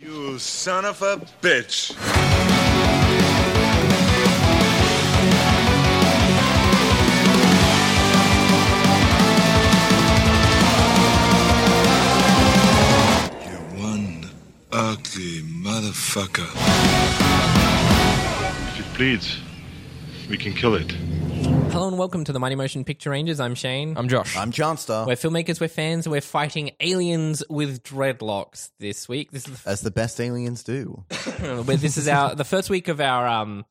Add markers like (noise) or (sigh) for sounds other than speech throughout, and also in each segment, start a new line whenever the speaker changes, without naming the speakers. You son of a bitch.
You're one ugly motherfucker.
If it bleeds, we can kill it.
Hello and welcome to the Mighty Motion Picture Rangers. I'm Shane.
I'm Josh.
I'm Johnstar.
we're filmmakers, we're fans, and we're fighting aliens with dreadlocks this week. This is the,
As the best aliens do. Uh,
f- where (laughs) this is our the first week of our um.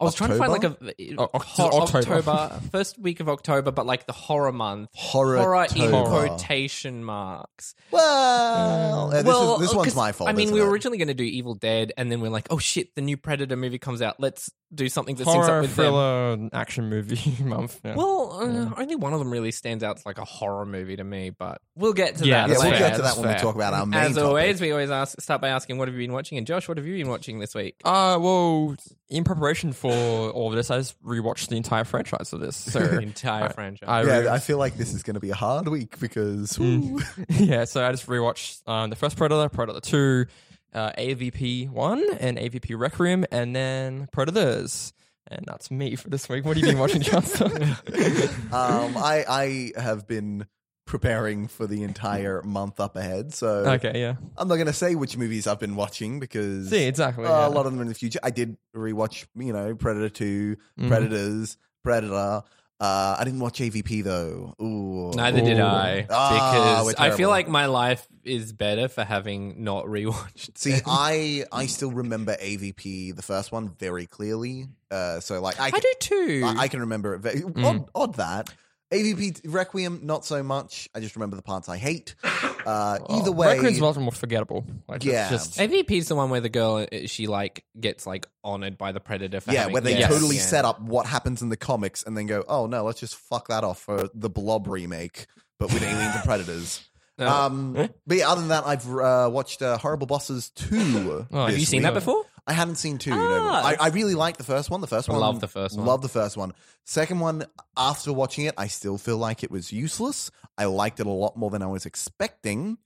I was trying to find like a
O- Oct-
hor-
October.
(laughs)
first week of October, but like the horror month,
Horror-tober.
horror in quotation marks.
Well, uh, this,
well,
is, this one's
'cause,
my fault.
I mean,
isn't
we were
it?
originally going to do Evil Dead, and then we're like, oh shit, the new Predator movie comes out. Let's do something that syncs up
horror
with them.
thriller action movie (laughs) month. Yeah.
Well, uh, only one of them really stands out as like a horror movie to me, but we'll get to
Yeah,
that.
Yeah,
That's
we'll
later.
get to
that's
that when
fair.
we talk about our main
As
topic.
always, we always ask, start by asking, "What have you been watching?" And Josh, what have you been watching this
(laughs)
week?
uh, well, in preparation for all of this, I just rewatched the entire franchise of this. So
The entire franchise.
I re-
Yeah, I feel like this is going to be a hard week because ooh,
(laughs) yeah, so I just rewatched um, the first Predator, Predator Two, uh, AVP One, and AVP Requiem, and then Predators. And that's me for this week. What have you been watching, (laughs) Justin?
(laughs)
Mm. (laughs)
um, I, I have been preparing for the entire month up ahead.
(laughs)
So
okay, yeah.
I'm not going to say which movies I've been watching because
See, exactly.
uh,
yeah.
a lot of them in the future. I did rewatch, you know, Predator 2,
Mm-hmm.
Predators, Predator. Uh, I didn't watch AVP though. Ooh.
Neither did I,
Ah,
because
we're
I feel
terrible.
like my life is better for having not rewatched. (laughs)
See, I I still remember AVP, the first one, very clearly. Uh, so like I,
I
can,
do too.
I, I can remember it. Very,
Mm.
odd, odd that AVP Requiem, not so much. I just remember the parts I hate.
(laughs)
Uh,
Oh,
Oh,
either way,
Requiem's a lot more forgettable. Like,
Yeah.
it's just
AVP is the one where the girl uh, she like gets like honored by the predator. For
yeah,
having-
where they
Yes.
totally
Yeah.
set up what happens in the comics and then go, oh no, let's just fuck that off for the Blob remake, but with aliens
(laughs)
and predators.
Oh.
Um, but yeah, other than that, I've uh, watched uh, Horrible Bosses two.
Oh, have
Have you
this
seen
week.
that before?
I haven't seen two. No,
Ah.
I, I really like the first one. The first
I
one,
love the first one.
Love the first one. Second one, after watching it, I still feel like it was useless. I liked it a lot more than I was expecting.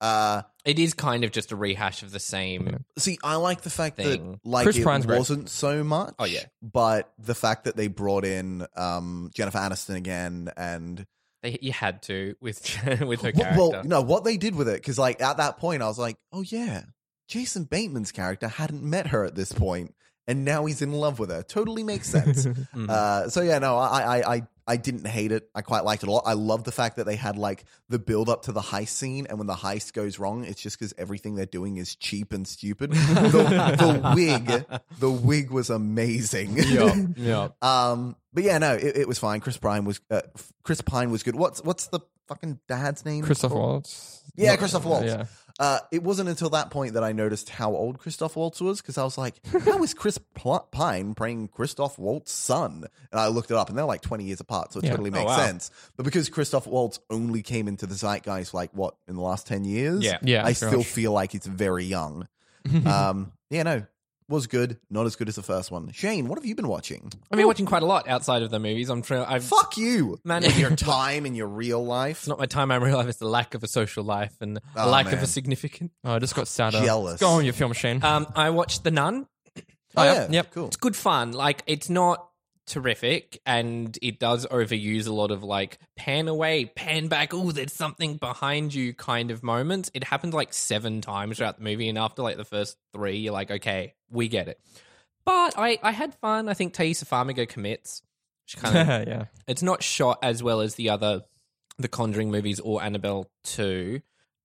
Uh,
It is kind of just a rehash of the same.
see, I like the fact
Thing.
that like
Chris
it
Pine's great.
wasn't so much.
Oh, yeah.
but the fact that they brought in um, Jennifer Aniston again and
They, you had to with (laughs) with her character.
well, well, no, what they did with it because like at that point, I was like, oh yeah, Jason Bateman's character hadn't met her at this point, and now he's in love with her. Totally makes sense.
Mm.
Uh, so yeah, no, I, I, I, I didn't hate it. I quite liked it a lot. I love the fact that they had like the build up to the heist scene, and when the heist goes wrong, it's just because everything they're doing is cheap and stupid. the, the wig, the wig was amazing.
yeah.
(laughs) um, but yeah, no, it, it was fine. Chris Pine was uh, Chris Pine was good. What's what's the fucking dad's name?
Christoph Waltz.
Yeah,
Not-
Christoph Waltz.
Yeah.
Uh, it wasn't until that point that I noticed how old Christoph Waltz was because I was like, how is Chris Pl- Pine playing Christoph Waltz's son? And I looked it up and they're like 20 years apart, so it
Yeah.
totally
Oh,
makes
wow.
sense. But because Christoph Waltz only came into the zeitgeist like what in the last 10 years,
Yeah.
Yeah,
I
pretty
still
much.
feel like it's very young. um, yeah, no, was good, not as good as the first one. Shane, what have you been watching?
I've been watching quite a lot outside of the movies. I'm trying. I've
Fuck you,
Man-
your (laughs) time in your real life.
It's not my time. I realize it's the lack of a social life and a
Oh,
lack of
man.
a significant.
Oh, I just got sadder.
Jealous. Uh,
Go on with your film, Shane.
Um, I watched The Nun.
oh,
yeah,
yeah,
yep.
(laughs)
cool.
It's good fun. Like it's not terrific, and it does overuse a lot of like pan away, pan back. Oh, there's something behind you kind of moments. It happens like seven times throughout the movie, and after like the first three, you're like, okay, we get it. But I, I had fun. I think Taisa Farmiga commits. She kind
(laughs) (laughs)
of
yeah.
it's not shot as well as the other the conjuring movies or annabelle 2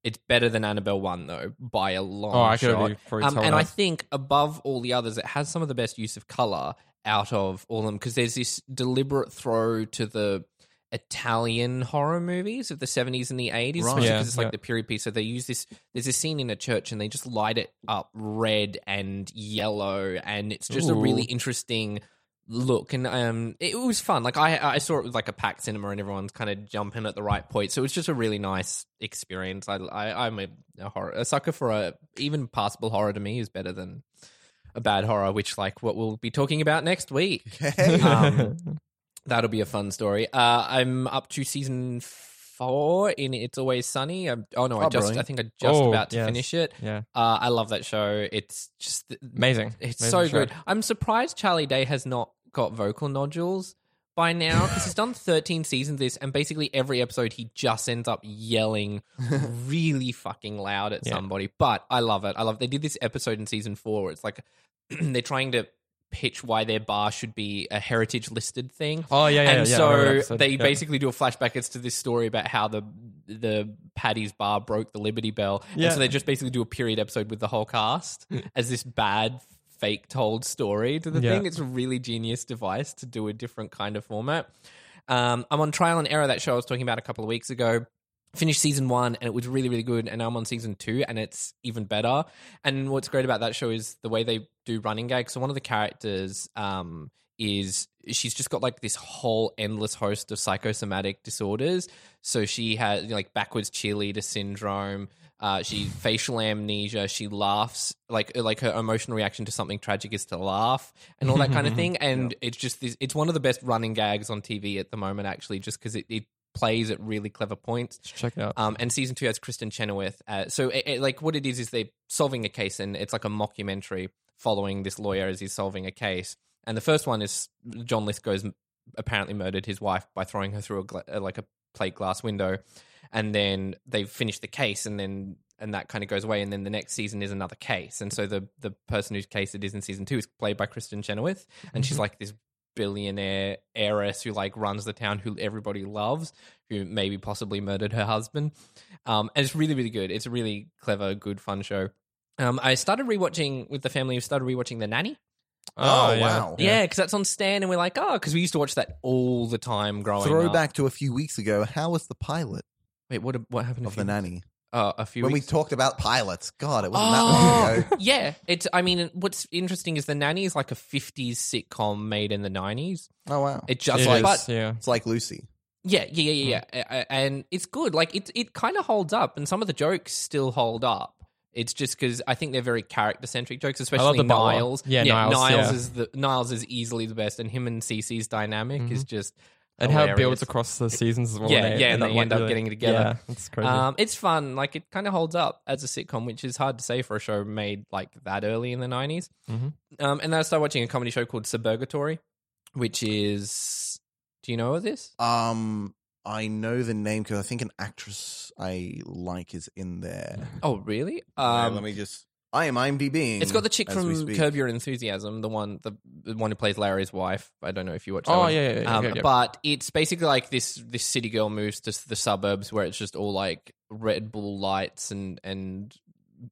it's better than annabelle 1 though by a long
Oh, I could
shot
already probably tell
Um, and i
that.
think above all the others it has some of the best use of color out of all of them because there's this deliberate throw to the Italian horror movies of the 70s and the 80s,
Right.
especially
Yeah,
because it's like
yeah.
the period piece. So they use this. There's a scene in a church and they just light it up red and yellow, and it's just a
Ooh.
really interesting look. And um, it was fun. Like I, I saw it with like a packed cinema, and everyone's kind of jumping at the right point. So it's just a really nice experience. I, I I'm a, a horror, a sucker for a even passable horror to me is better than a bad horror, which like what we'll be talking about next week.
(laughs)
Um, that'll be a fun story. Uh, I'm up to season four in It's Always Sunny. i oh no, I
Oh,
just
brilliant.
I think I'm just
Oh,
about to
yes.
finish it.
Yeah.
Uh, I love that show. It's just
Amazing.
It's
Amazing
so
show.
good. I'm surprised Charlie Day has not got vocal nodules by now because he's done 13 seasons of this, and basically every episode he just ends up yelling really fucking loud at
Yeah.
somebody. But I love it. I love. They did this episode in season four. Where it's like (clears throat) they're trying to pitch why their bar should be a heritage listed thing
Oh yeah, yeah.
and
yeah, I remember that
so
episode.
they
Yeah.
basically do a flashback. It's to this story about how the the Paddy's bar broke the Liberty Bell,
Yeah. Hmm.
and so they just basically do a period episode with the whole cast as this bad fake told story to the
Yeah.
thing. It's a really genius device to do a different kind of format. Um, I'm on Trial and Error, that show I was talking about a couple of weeks ago. Finished season one and it was really, really good. And now I'm on season two and it's even better. And what's great about that show is the way they do running gags. So one of the characters um, is she's just got like this whole endless host of psychosomatic disorders. So she has you know, like backwards cheerleader syndrome. Uh, she facial amnesia. She laughs like uh, like her emotional reaction to something tragic is to laugh and all that kind of thing. And it's just this, it's one of the best running gags on TV at the moment, actually, just because it, it plays at really clever points.
Let's check it out.
Um, and season two has Kristen Chenoweth. Uh, so, it, it- like, what it is is they're solving a case, and it's like a mockumentary following this lawyer as he's solving a case. And the first one is John Lithgow's m- apparently murdered his wife by throwing her through a gla- uh, like a plate glass window, and then they finish the case, and then and that kind of goes away. And then the next season is another case, and so the the person whose case it is in season two is played by Kristen Chenoweth, and she's like this billionaire heiress who like runs the town who everybody loves who maybe possibly murdered her husband. Um, and it's really, really good. It's a really clever, good, fun show. Um, I started rewatching with the family. We started rewatching The Nanny.
Oh,
yeah.
wow.
Yeah, because that's on Stan, and we're like, oh, because we used to watch that all the time growing up.
Throwback to a few weeks ago. How was the pilot
Wait, what? What happened? a
of
few-
the nanny?
Uh, a few
When we
weeks.
talked about pilots, God, it wasn't that long
Oh (laughs)
ago.
yeah, it's. I mean, what's interesting is the nanny is like a '50s sitcom made in the '90s.
Oh wow,
It just
It
like,
is,
but
yeah.
it's like Lucy.
Yeah, yeah,
Mm.
yeah, yeah, yeah. A- a- And it's good. Like it, it kind of holds up, and some of the jokes still hold up. It's just because I think they're very character centric jokes, especially
the butler.
Niles.
Yeah, Niles, yeah.
is the Niles is easily the best, and him and Cece's dynamic is
Mm-hmm.
just
And how it
hilarious.
builds across the seasons as well.
Yeah,
and
yeah, and they
like,
end up
really-
getting together.
Yeah, it's crazy.
Um, it's fun. Like it kind of holds up as a sitcom, which is hard to say for a show made like that early in the 90s
Mhm.
Um, and then I started watching a comedy show called Suburgatory, which is. Do you know of this?
Um, I know the name because I think an actress I like is in there.
(laughs) Oh, really?
Now,
Um,
let me just. I am IMDb.
It's got the chick
as we
from
speak.
Curb Your Enthusiasm, the one the, the one who plays Larry's wife. I don't know if you watch. That
oh
one.
yeah, yeah, yeah.
Um,
yeah, yeah.
But it's basically like this this city girl moves to the suburbs where it's just all like Red Bull lights and and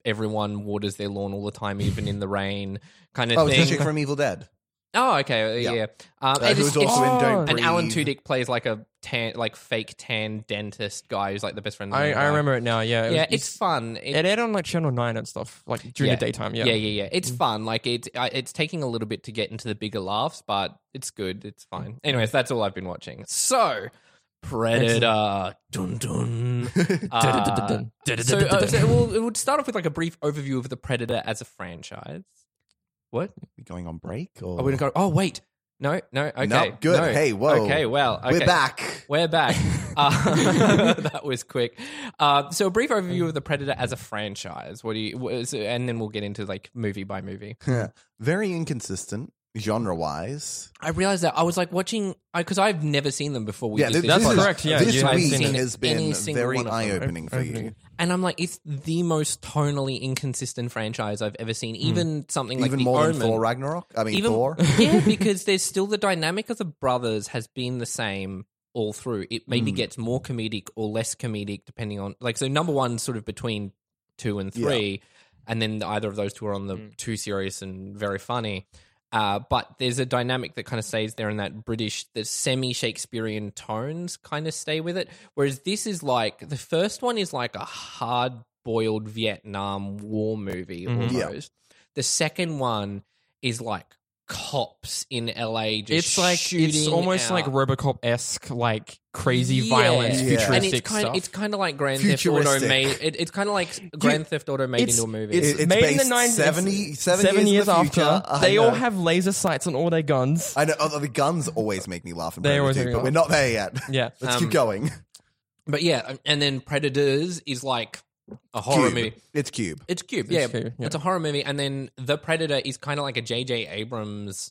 everyone waters their lawn all the time, even
(laughs)
in the rain, kind of
Oh, it's
thing.
the chick from Evil
(laughs)
Dead.
oh, okay, yeah.
Yeah.
Um,
Uh,
and it's-
who is also
it's-
in Don't
and
Breathe.
Alan Tudyk plays like a tan, like fake tan dentist guy who's like the best friend. Of the
I,
main
I
guy.
remember it now. Yeah, it
Yeah,
was-
it's fun. It-
it aired on like Channel Nine and stuff, like during
Yeah.
the daytime. Yeah, (laughs)
yeah, yeah, yeah.
Mm.
It's fun. Like it's I- it's taking a little bit to get into the bigger laughs, but it's good. It's
Mm.
fine. Anyways, that's all I've been watching. So, Predator. Dun
(laughs)
dun. Uh, (laughs) so, uh, so we'll, it would start off with like a brief overview of the Predator as a franchise. What?
we going on break? Or?
Oh, we didn't go. Oh, wait. No, no. Okay.
Nope, good.
No.
Hey, whoa.
Okay. Well, okay.
We're back.
We're
(laughs)
back. Uh, (laughs) that was quick. Uh, so, a brief
Mm.
overview of the Predator as a franchise. What do you? wh- so- And then we'll get into like movie by movie.
Very inconsistent genre wise.
I realized that I was like watching because I've never seen them before. We
Yeah,
did this
th- this
is
podcast.
correct, yeah,
this
you haven't
week
seen it.
has
Any
been
single
very
one of them.
eye opening for you.
and I'm like, it's the most tonally inconsistent franchise I've ever seen. Even something like
Hmm.
The
Even more
Omen,
than Thor Ragnarok. I mean,
even
Thor.
(laughs)
(laughs)
yeah, because there's still the dynamic of the brothers has been the same all through. It maybe
Hmm.
gets more comedic or less comedic depending on like so number one sort of between two and
Yeah.
three, and then either of those two are on the too serious and very funny. Uh, but there's a dynamic that kind of stays there in that British, the semi Shakespearean tones kind of stay with it. Whereas this is like the first one is like a hard boiled Vietnam War movie
Mhm.
Mm-hmm. Yeah.
almost. The second one is like cops in LA just
it's like it's
shooting
almost
out.
like RoboCop esque, like crazy
Yeah.
violence,
Yeah.
futuristic
and it's kind
stuff.
of it's kind of like Grand Theft Auto
Futuristic.
made it, it's kind of like Grand Theft Auto made
it's-
into a movie.
it's-
It- it's
made in
based
the 90s.
70, seven
Seven years,
years, in the
after,
future. I
they all
know.
have laser sights on all their guns.
I know oh, the guns always make me laugh. In
They
they
always
always
make me
but
laugh.
we're not there yet.
yeah,
Let's
Um,
keep going.
But yeah, um, and then Predators is like a horror
Cube.
movie.
It's Cube.
It's Cube, yeah,
Cube, yeah.
It's a horror movie, and then The Predator is kind of like a J.J. Abrams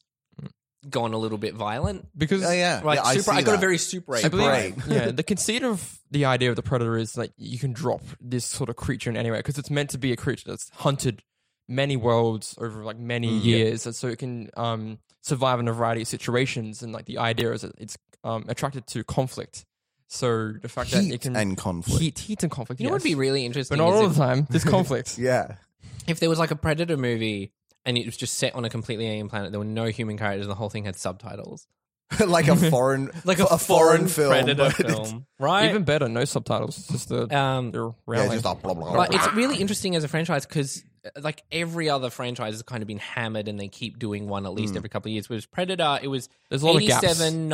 gone a little bit violent.
because
Oh yeah,
Like
yeah, I,
super,
see
I, got
that.
a very super.
I
Eight
believe,
vibe.
Right.
yeah, the conceit of the idea of the predator is that you can drop this sort of creature in anywhere because it's meant to be a creature that's hunted many worlds over like many
Mm,
years, and so it can um, survive in a variety of situations. And like the idea is that it's um, attracted to conflict, so the fact that
heat
it can
and conflict.
heat, heat and conflict.
You know what would be
yes.
really interesting?
but not
is
all
if-
the time. (laughs) There's conflict.
Yeah, (laughs)
if there was like a predator movie and it was just set on a completely alien planet there were no human characters and the whole thing had subtitles (laughs)
like a foreign,
like
a, foreign, film.
predator
but it's-
film right
Even better, no subtitles, just the
um
they're
Yeah,
rowling.
just a blah, blah, blah,
but it's really interesting as a franchise because like every other franchise has kind of been hammered and they keep doing one at least every couple of years whereas predator it was
Hmm. There's a lot of gaps.
87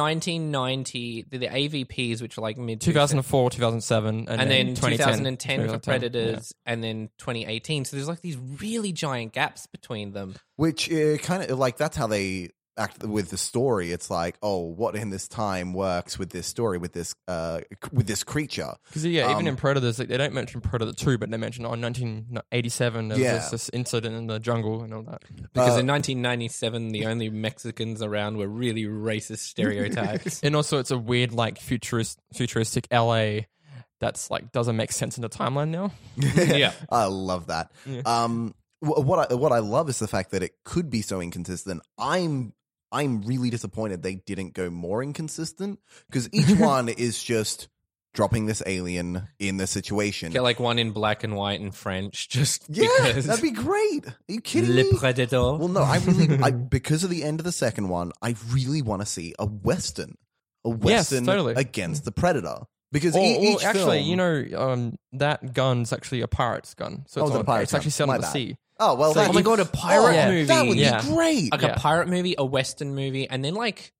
1990 the, the avps which are like mid
2004, 2007, and,
and then
2010,
2010 for
2010, yeah.
predators and then 2018 so there's like these really giant gaps between them
which uh, kind of like that's how they act with the story it's like oh what in this time works with this story with this uh c- with this creature (laughs)
Because yeah, even
Um,
in Predators, like, they don't mention Predator Two, but they mention on 1987 there
Yeah.
was this, this incident in the jungle and all that.
Because
Uh,
in 1997, the only Mexicans around were really racist
(laughs)
stereotypes.
And also, it's a weird like futurist, futuristic LA that's like doesn't make sense in the timeline now.
yeah.
i love that
Yeah.
um wh- what i what i love is the fact that it could be so inconsistent i'm i'm really disappointed they didn't go more inconsistent because
(laughs)
each one is just dropping this alien in the situation
Get like one in black and white and French, just
yeah
because.
that'd be great are you kidding
(laughs) Le
me
Predator.
Well, no, I
(laughs)
really, I, because of the end of the second one, I really want to see a western, a
Yes,
western
totally.
against the predator. Because
Or,
e-
or
each
actually,
film-
you know, um, that gun's actually a pirate's gun, so
Oh,
it's,
the
on-
pirate
it's
gun.
actually set
My
on the
bad.
sea.
oh well,
So
that,
oh my
you-
god, a pirate
yeah.
movie.
that would
Yeah.
be great.
Like
Yeah.
a pirate movie, a Western movie, and then like.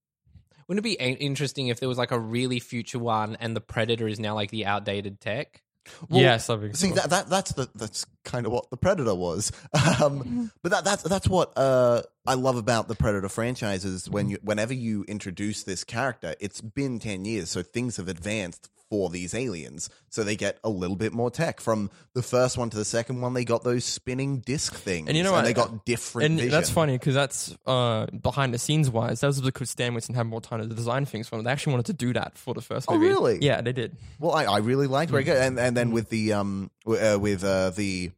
Wouldn't it be a- interesting if there was like a really future one and the Predator is now like the outdated tech?
Well,
yes, that'd be
See
cool.
that, that that's the that's kind of what the Predator was, (laughs) um, but that that's that's what uh, I love about the Predator franchise is when you whenever you introduce this character, it's been ten years, so things have advanced for these aliens, so they get a little bit more tech from the first one to the second one. They got those spinning disc things,
And you know what?
they got different.
and
vision.
that's funny because that's uh, behind the scenes wise. That was because Stan Winston had more time to design things for them. They actually wanted to do that for the first
Oh,
movie.
really?
Yeah, they did.
Well, I, I really liked where it goes,
Mm.
and and then with the um w- uh, with uh, the.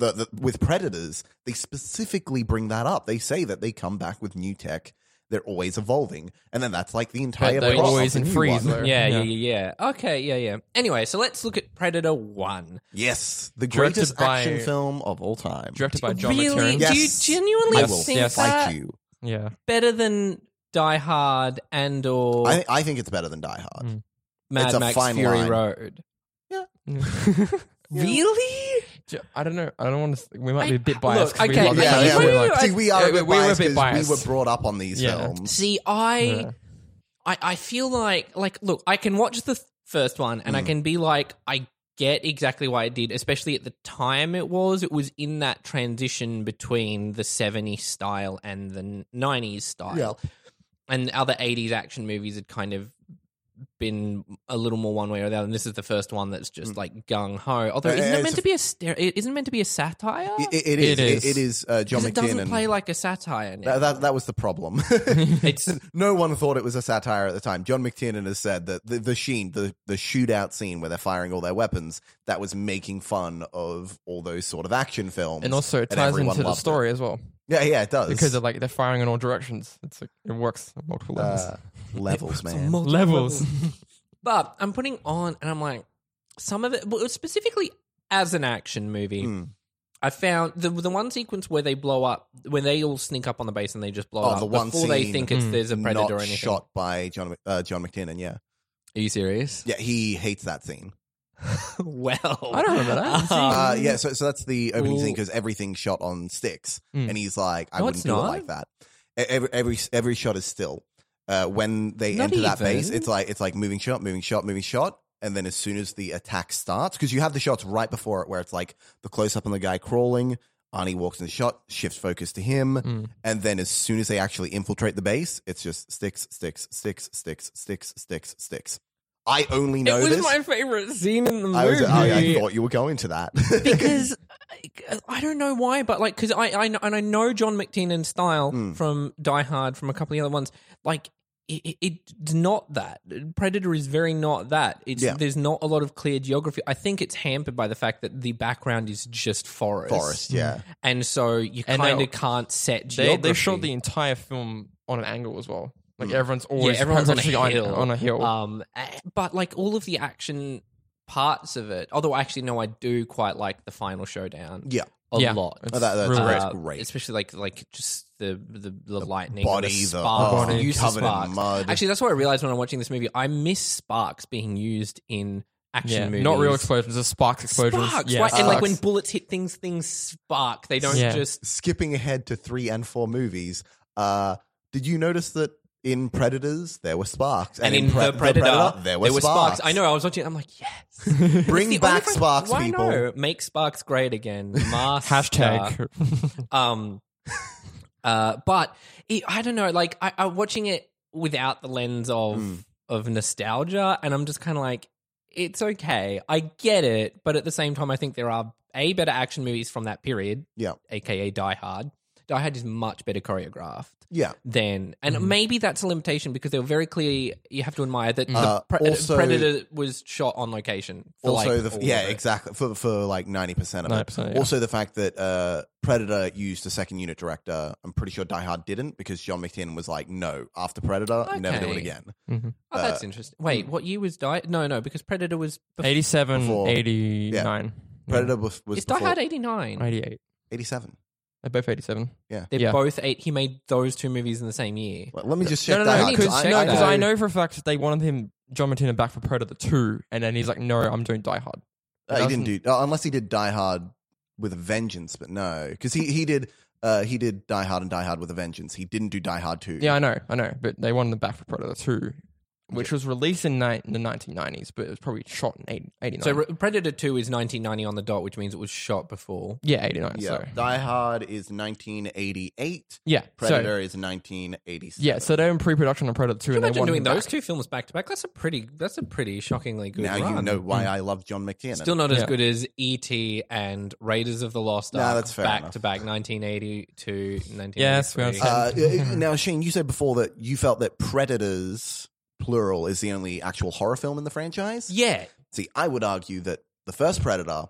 The, the, with predators, they specifically bring that up. They say that they come back with new tech; they're always evolving, and then that's like the entire.
they're
plot of
always
the
in
new
freeze,
one.
though.
Yeah,
Yeah.
yeah, yeah, yeah. Okay, yeah, yeah. Anyway, so let's look at Predator 1.
Yes, the
Directed
greatest
by-
action film of all time.
Directed by John
really?
McTiernan.
Do you
Yes.
genuinely
I will
think
Yes.
that
fight you.
Yeah.
better than Die Hard and or
I, I think it's better than Die Hard.
Mm.
Mad
It's a
Max
fine
Fury
line.
Road.
Yeah.
(laughs) Really?
Ju- I don't know. I don't want to. We might
I-
be
be a bit biased.
look,
'cause we
okay,
love
yeah,
that
yeah,
movie,
wait,
like-
wait, wait.
See, we are a
Yeah,
bit
we were a
biased
bit
'cause
biased.
we were brought up on these
Yeah.
films.
See, I,
Yeah.
I, I feel like, like, look, I can watch the th- first one
Mm.
and I can be like, I get exactly why it did, especially at the time it was. It was in that transition between the 70s style and the 90s style. And other 80s action movies had kind of been a little more one way or the other. And this is the first one that's
Mm.
just like gung ho. Although,
Uh,
isn't it
it's
meant
a-
to be a, ster- it isn't it meant to be a satire?
It- it
It
is. It,
is.
it is uh, John
'Cause it doesn't
McTiernan.
play like a satire. Now.
that, that, that was
(laughs)
the problem. (laughs)
it's
no one thought it was a satire at the time. John McTiernan has said that the, the sheen, the, the shootout scene where they're firing all their weapons, that was making fun of all those sort of action films.
And also, it ties
everyone
into the
loved it.
story as well
Yeah, yeah, it does.
because they're like they're firing in all directions. It's like, it works on multiple levels.
uh,
(laughs)
levels, man.
multiple
levels.
But I'm putting on, and I'm like, some of it, well, it was specifically as an action movie.
Hmm.
I found the the one sequence where they blow up, where they all sneak up on the base and they just blow
Oh,
up
the one
before they
scene.
think it's
Hmm.
there's a predator
Not
or anything.
shot by John Mc- uh, John McTiernan. Yeah,
Are you serious?
yeah, he hates that scene.
(laughs) well,
I don't remember
(laughs)
that.
Uh, yeah, so so that's the opening
Ooh. Hmm.
scene because everything's shot on sticks,
Mm.
and he's like, I
No,
wouldn't
it's
do it
not.
like that. E- Every every every shot is still. Uh, when they
Not
enter that base,
even.
it's like it's like moving shot, moving shot, moving shot, and then as soon as the attack starts, because you have the shots right before it, where it's like the close up on the guy crawling. Arnie walks in the shot, shifts focus to him,
Hmm.
Mm.
and then as soon as they actually infiltrate the base, it's just sticks, sticks, sticks, sticks, sticks, sticks, sticks. I only
It
know
was
this.
my favorite scene in the movie.
I was. oh, I, I thought you were going to that. (laughs)
because I- I don't know why, but like, because I, I kn- and I know John McTiernan's style
Hmm.
from Die Hard, from a couple of the other ones. Like, it, it- it's not that Predator is very not that. It's
Yeah.
there's not a lot of clear geography. I think it's hampered by the fact that the background is just forest,
Forest, yeah.
and so you
And
kind
they-
of can't set
They,
geography.
they shot the entire film on an angle as well.
Mm.
Like everyone's
yeah,
always
everyone's on a
perpendicularly
hill,
on a hill.
Um, eh, but like all of the action parts of it, although actually no, I do quite like the final showdown.
yeah.
a
Yeah.
lot.
It's
Oh, that- that's
really
great.
great.
It's great.
Uh, especially like like just the the, the, lightning,
body,
the
the-
sparks,
oh,
the use of
covered in
sparks.
mud.
Actually, that's what I realized when I'm watching this movie. I miss sparks being used in action
Yeah,
movies.
not real explosions, just sparks explosions.
Sparks,
yeah,
right? And like when
sparks.
bullets hit things, things spark. They don't
Yeah.
just.
Skipping ahead to three and four movies. Uh, did you notice that in Predators there were sparks,
And, in,
Pre-
the, Predator,
there were sparks.
I know. I was watching. it, I'm like,
(laughs)
yes.
Bring
It's the only
back
thing-
sparks,
why
people.
No? Make sparks
(laughs)
great again. Master.
hashtag (laughs)
Um, (laughs) uh, but it, I don't know. Like I, I'm watching it without the lens of
Hmm.
of nostalgia, and I'm just kind of like, it's okay. I get it, but at the same time, I think there are a better action movies from that period,
Yeah,
aka Die Hard. Die Hard is much better choreographed
yeah.
than, and
Mm-hmm.
maybe that's a limitation because they were very clearly. You have to admire that
Uh,
the pre-
also-
Predator was shot on location. For
also
like,
the
all
yeah
of it.
exactly for for like 90% of
nine
it
percent.
also the fact that uh predator used a second unit director i'm pretty sure die hard didn't because john mctiernan was like no after predator never do it
Okay.
again
Oh,
uh,
that's interesting. Wait,
hmm.
what year was Die? No, no, because Predator was before.
87,
Before-
89,
predator was, was
It's Die
before-
Hard 89.
88.
87
They're both 87.
They're
Yeah.
both eight. He made those two movies in the same year.
Well, let me just
No,
check
no, no,
Die
we
Hard,
need to
'cause
check
no, because
that.
I know for a fact that they wanted him, John Martina, back for Predator 2, and then he's like, no, I'm doing Die Hard.
Uh, he didn't do uh, unless he did Die Hard with a Vengeance, but no, because he he did uh, he did Die Hard and Die Hard with a Vengeance. He didn't do Die Hard two.
Yeah, I know, I know, but they wanted him back for Predator 2, which was released in, ni- in the 1990s, but it was probably shot in 80, 89.
So Re- Predator 2 is 1990 on the dot, which means it was shot before.
yeah, 89,
Yeah.
sorry.
Die Hard is nineteen eighty eight.
Yeah,
Predator
so...
is nineteen eighty seven.
Yeah, so they're in pre-production on Predator 2
Can you
and they
imagine
wanted
doing
him
those
back.
two films back to back? That's a pretty. That's a pretty shockingly good.
now you
run.
know why
Mm.
I love John McTiernan.
Still not as
Yeah.
good as E.T. and Raiders of the Lost
Nah,
Ark.
that's fair
Back
enough.
to back, 1980 to 1983.
Yes, we understand. (laughs)
Uh, uh, now, Shane, you said before that you felt that Predators plural is the only actual horror film in the franchise.
yeah,
See, I would argue that the first Predator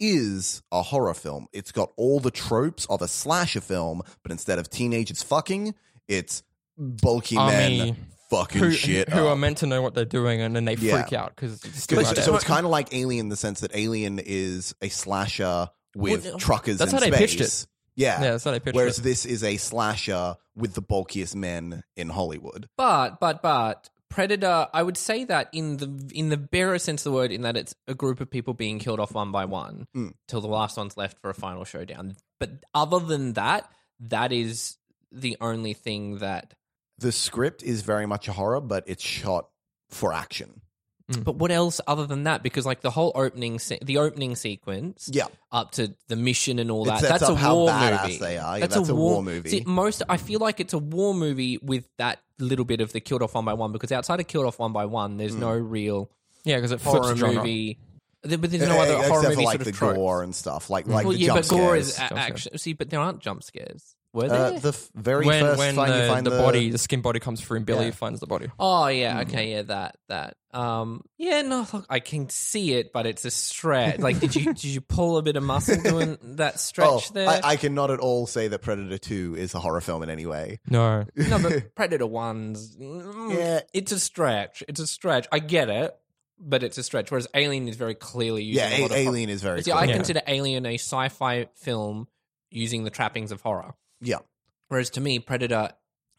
is a horror film. It's got all the tropes of a slasher film, but instead of teenagers fucking, it's bulky
Army
men fucking
Who,
shit.
who
up.
are meant to know what they're doing, and then they
Yeah.
freak out because it's
(laughs) so,
still out
so-
there.
so it's kind of like Alien in the sense that Alien is a slasher with
Well,
truckers
that's
in
how they
space.
pitched it.
Yeah.
yeah, that's how they picture
Whereas
it.
this is a slasher with the bulkiest men in Hollywood.
But but but Predator, I would say that in the in the barest sense of the word, in that it's a group of people being killed off one by one
Mm.
till the last one's left for a final showdown. But other than that, that is the only thing that.
The script is very much a horror, but it's shot for action.
But what else other than that? Because like the whole opening, se- the opening sequence,
Yeah.
up to the mission and all
It
that.
sets
that's
up
a
how
war
badass
movie.
they are. Yeah, that's a war movie.
See, most I feel like it's a war movie with that little bit of the killed off one by one. Because outside of killed off one by one,
Mm.
there's no real
Yeah, because it flips
horror
the genre.
movie. There- But there's no other
Except
horror
for,
movie
like
sort of
the
tropes.
gore and stuff. Like like
well,
the
yeah,
jump
but gore
scares.
is a-
Jump scares.
action. See, but there aren't jump scares. Were there?
Uh, the f- very
when
first
when
time you
the,
find
the body, the skin body comes through and Billy
Yeah.
finds the body.
oh yeah, okay, yeah, that that. Um, yeah, no, look, I can see it, but it's a
(laughs)
stretch. Like, did you did you pull a bit of muscle doing that stretch
Oh,
there?
I, I cannot at all say that Predator Two is a horror film in any way.
No,
no,
(laughs)
but Predator ones. mm,
Yeah.
it's a stretch. It's a stretch. I get it, but it's a stretch. Whereas Alien is very clearly using
Yeah,
a lot
a-
of
Alien is very.
See,
cool.
I
Yeah.
consider Alien a sci-fi film using the trappings of horror.
Yeah.
Whereas to me, Predator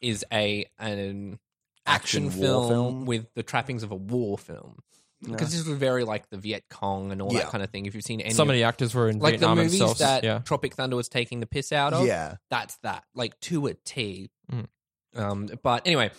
is a an action,
Action war
film,
film.
with the trappings of a war film. Because this was very like the Viet Cong and all
Yeah.
that kind of thing. If you've seen any
some of
of-
the actors were in
like the
Vietnam
movies
themselves.
that
yeah,
Tropic Thunder was taking the piss out of,
yeah.
that's that. Like to a T.
Mm.
Um, but anyway,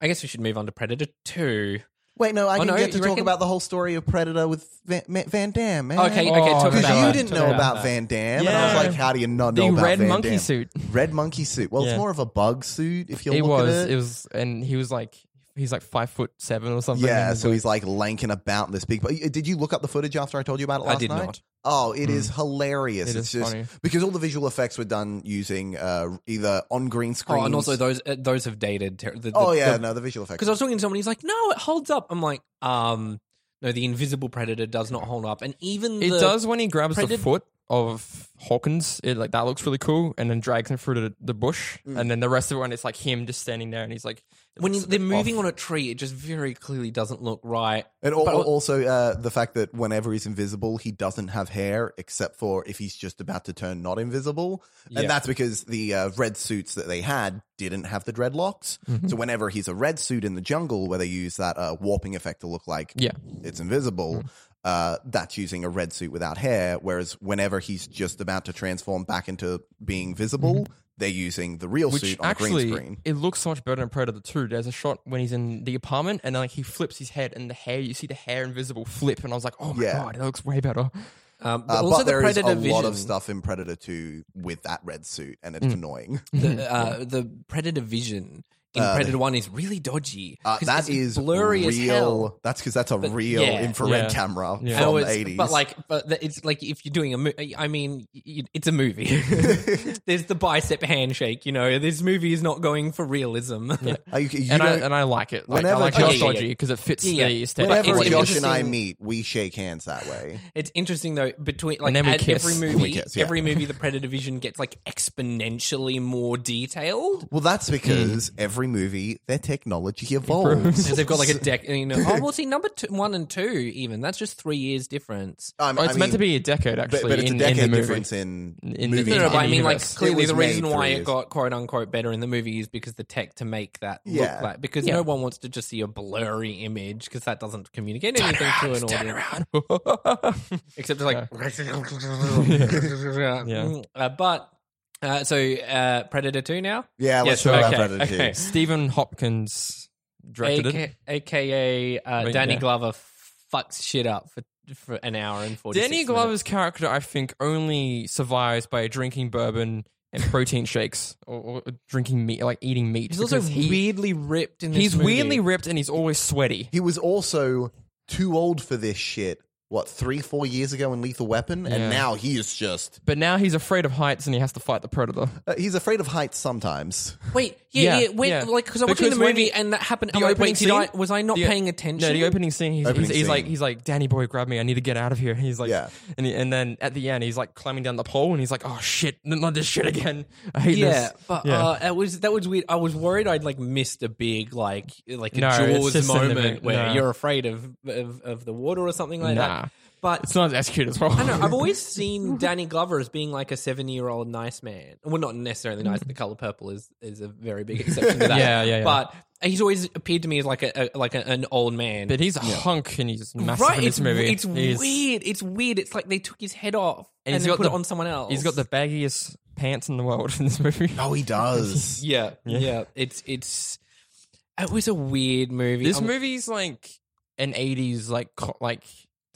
I guess we should move on to Predator Two.
Wait, no, I
Oh,
didn't
no,
get
you
to talk
reckon-
about the whole story of Predator with Van, Ma- Van Damme. Man.
Okay,
Oh,
okay, talk
okay.
because
about
you
that.
didn't
Talk
know
about
about
that.
Van Damme, and I was
Yeah.
like, how do you not know
the
about
red
Van
monkey
Damme?
suit.
Red monkey suit. Well, it's
Yeah.
more of a bug suit if you
He
look
was.
at it.
It was, and he was like, he's like five foot seven or something.
Yeah,
and
so he's like lanking about this big. But did you look up the footage after I told you about it
I
last
did
night?
not. Mm.
Oh, it is
It
hilarious.
is
it's just
funny.
because all the visual effects were done using uh, either on green screen.
Oh, and also those uh, those have dated. Ter- the, the-
oh yeah,
the-
no, the visual effects.
Because I was talking to someone, he's like, "No, it holds up." I'm like, "Um, no, the Invisible Predator does not hold up." And even
It
the-
does when he grabs the
printed-
foot of Hawkins. It like that looks really cool, and then drags him through to the, the bush,
Mm.
and then the rest of it when it's like him just standing there, and he's like,
when you, they're moving on a tree, it just very clearly doesn't look right.
and al-
But-
also uh, the fact that whenever he's invisible, he doesn't have hair except for if he's just about to turn not invisible,
Yeah.
and that's because the uh, red suits that they had didn't have the dreadlocks.
Mm-hmm.
So whenever he's a red suit in the jungle, where they use that uh, warping effect to look like
yeah,
it's invisible.
Mm-hmm.
Uh, that's using a red suit without hair. Whereas whenever he's just about to transform back into being visible,
Mm-hmm.
they're using the real
which
suit on green
actually
screen.
it looks so much better in Predator Two. There's a shot when he's in the apartment, and like he flips his head, and the hair you see the hair invisible flip, and I was like, oh my
Yeah.
god, it looks way better.
Um, but
Uh,
also
but
the
there is
Predator
a lot of
vision- Mm.
stuff in Predator 2 with that red suit, and it's annoying. (clears throat)
The, uh, the Predator Vision in
Uh,
Predator One is really dodgy.
Uh,
'Cause
that
it's
is
blurry
real.
as hell.
That's because that's a
But-
real
yeah.
infrared
Yeah.
camera
Yeah.
I
from
was-
the 80s.
But like, but the- it's like if you're doing a, mo- I mean, y- it's a movie. (laughs)
(laughs)
There's the bicep handshake. You know, this movie is not going for realism.
Uh, you- you
and I
don't-
and I like it. Like, I
Whenever
like
Josh-
how
Yeah, yeah,
dodgy
yeah.
because it fits
Yeah,
the
yeah.
aesthetic.
But
of
whenever
what
it's
it
Josh
is.
and I
interesting-
meet, we shake hands that way.
(laughs) It's interesting though between like
And then we
at every
kiss.
movie,
We kiss, (laughs) yeah.
every movie, the Predator Vision gets like exponentially more detailed.
Well, that's because every movie, their technology evolves.
Because they've got like a deck. You know, oh, well, see, number two, one and two, even that's just three years difference.
Um,
Oh,
(laughs) I
it's meant
mean-
to be a decade
but,
actually.
but it's
in,
a
in
decade
the movie. (laughs)
difference (laughs) in,
In the-
movie.
Yeah,
No, no,
in
but I
the
mean, like
universe.
clearly
was
the
made
reason why
three
it
years.
got quote unquote better in the movie is because the tech to make that
Yeah.
look like because
Yeah.
no one wants to just see a blurry image because that doesn't communicate anything to an audience except it's like (laughs)
(laughs)
Yeah.
Uh, but uh, so uh, Predator Two now. Yeah,
Yeah, let's
sure,
talk
okay,
about Predator
okay.
2.
Stephen Hopkins directed it.
AK, aka uh,
Wait,
Danny
yeah.
Glover fucks shit up for, for an hour and forty.
Danny Glover's character, I think, only survives by drinking bourbon and protein shakes or, or drinking meat, like eating meat.
He's also
because he-
weirdly ripped in this
he's
movie.
weirdly ripped and he's always sweaty.
He was also too old for this shit, what, three, four years ago in Lethal Weapon?
Yeah.
And now he is just.
But now he's afraid of heights and he has to fight the predator.
Uh, he's afraid of heights sometimes.
Wait,
Yeah,
yeah, yeah, wait,
yeah.
like because I was watching the
Because when
movie
he-
and that happened.
the
I'm like,
opening
wait, did I
scene-
was I not
the-
paying attention?
No, the opening scene, he's,
Opening
he's, he's
scene.
like, he's like, Danny boy, grab me, I need to get out of here. He's like,
Yeah.
and, he- and then at the end, he's like climbing down the pole and he's like, oh shit, n- not this shit again. I hate
yeah,
this.
but
Yeah.
Uh, it was that was weird. I was worried I'd like missed a big like like a
No, it's
Jaws
just in the
moment
mi-
where
no.
you're afraid of, of of the water or something like
Nah.
that. But
It's not as cute as well. (laughs)
I don't know. I've always seen Danny Glover as being like a seven-year-old nice man. Well, not necessarily nice. The color purple is is a very big exception
(laughs)
to that.
Yeah, yeah, yeah.
But he's always appeared to me as like a, a like a, an old man.
But he's a hunk and he's massive
right?
in this
It's
movie.
it's
He's-
weird. It's weird. It's like they took his head off and,
he's
then
got
put
the-
it on someone else.
He's got the baggiest pants in the world in this movie.
Oh, he (laughs)
(laughs)
does.
yeah, yeah. It's it's it was a weird movie.
This
I'm-
movie's like an '80s like co- like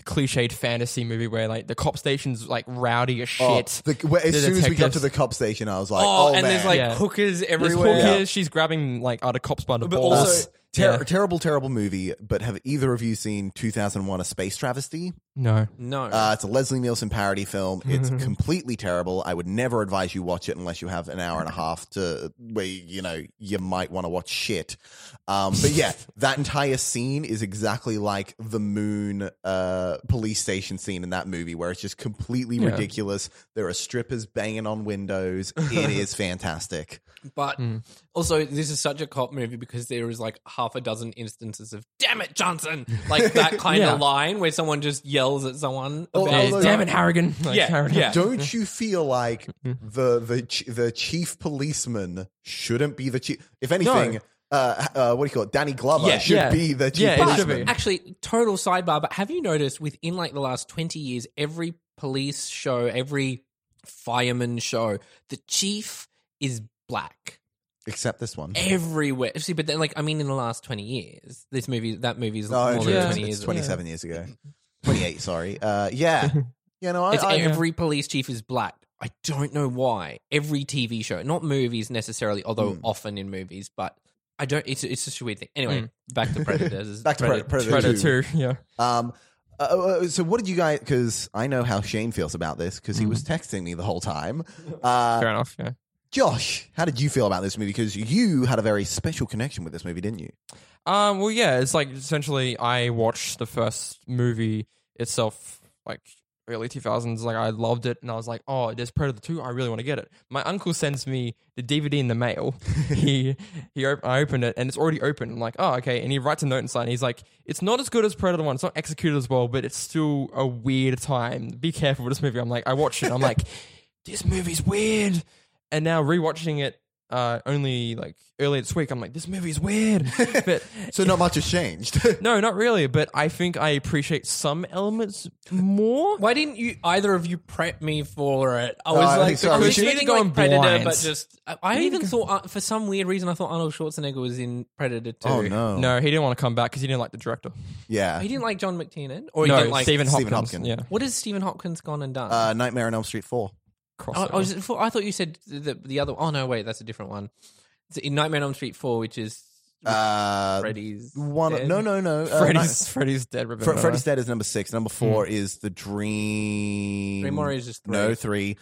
cliched fantasy movie where like the cop station's like rowdy as
Oh,
shit.
the- well, as
The
soon as we got
detectives-
to the cop station, I was like,
Oh,
oh,
and
man.
there's like
Yeah.
hookers
There's
everywhere.
hookers. She's grabbing like other cops by the
But
balls.
also-
Ter-
Yeah.
Terrible, terrible movie, but have either of you seen 2001 A Space Travesty?
no,
No,
Uh, it's a Leslie Nielsen parody film. It's completely terrible. I would never advise you watch it unless you have an hour and a half to where you know you might want to watch shit. Um, but yeah, (laughs) that entire scene is exactly like the moon uh, police station scene in that movie, where it's just completely
Yeah.
ridiculous. There are strippers banging on windows. It (laughs) is fantastic.
But
Hmm.
also, this is such a cop movie because there is like half a dozen instances of "Damn it, Johnson!"
(laughs)
like that kind
Yeah.
of line where someone just yells at someone.
Oh,
about-
although-
damn it, Harrigan. Like,
Yeah,
Harrigan.
yeah.
Don't you feel like the the ch- the chief policeman shouldn't be the chief? If anything. Uh, uh, what do you call it? Danny Glover
Yeah.
should
Yeah.
be the chief
Yeah, it should
policeman.
But
be.
actually, total sidebar. But have you noticed within like the last twenty years, every police show, every fireman show, the chief is black
Except this one.
everywhere. See, but then like I mean, in the last twenty years, this movie, that movie is
No,
more
it's,
than
yeah.
twenty
it's
years. old.
27 years ago. 28, sorry. Uh, yeah. You know, I,
It's
I-
every police chief is black. I
Hmm.
don't know why. Every TV show, not movies necessarily, although often in movies, but I don't. It's it's just a weird thing. Anyway, back
(laughs)
to predators.
Hmm. Back to Pred- Predator
Predator
two.
two. Yeah.
Um, uh, uh, so what did you guys? Because I know how Shane feels about this because he was texting me the whole time. Uh,
Fair enough. Yeah.
Josh, how did you feel about this movie? Because you had a very special connection with this movie, didn't you?
Um. Well, yeah. It's like essentially, I watched the first movie itself, like early two thousands. Like I loved it, and I was like, "Oh, there's Predator two. I really want to get it." My uncle sends me the DVD in the mail. he he, op- I opened it, and it's already open. I'm like, "Oh, okay." And he writes a note inside. And he's like, "It's not as good as Predator one. It's not executed as well, but it's still a weird time. Be careful with this movie." I'm like, I watched it. I'm like, "This movie's weird." And now rewatching it. Uh, only like earlier this week, I'm like, this movie's
(laughs)
weird, but
So not much has changed.
no, not really, but I think I appreciate some elements more.
Why didn't you either of you prep me for it? I was
I
like,
think so. Uh, We
because
should
it's
have
feeling
gone
like Predator,
blind.
but just I, I even thought uh, for some weird reason I thought Arnold Schwarzenegger was in Predator Two.
(laughs) oh no,
No, he didn't want to come back because he didn't like the director.
yeah.
he didn't like John McTiernan, or he
No,
didn't like
Stephen Hopkins.
Stephen Hopkins.
Yeah,
What has Stephen Hopkins gone and done?
Uh, Nightmare on Elm Street four.
I,
crossover.
I, was, I thought you said the, the other. Oh no, wait, that's a different one. It's in Nightmare on Elm Street Four, which is
Uh,
Freddy's.
one.
dead.
No, no, no. Uh,
Freddy's Freddy's dead.
Ni-
Remember,
Fre- Freddy's Dead is number six. Number four is the Dream.
Dream Warrior is just three.
No three.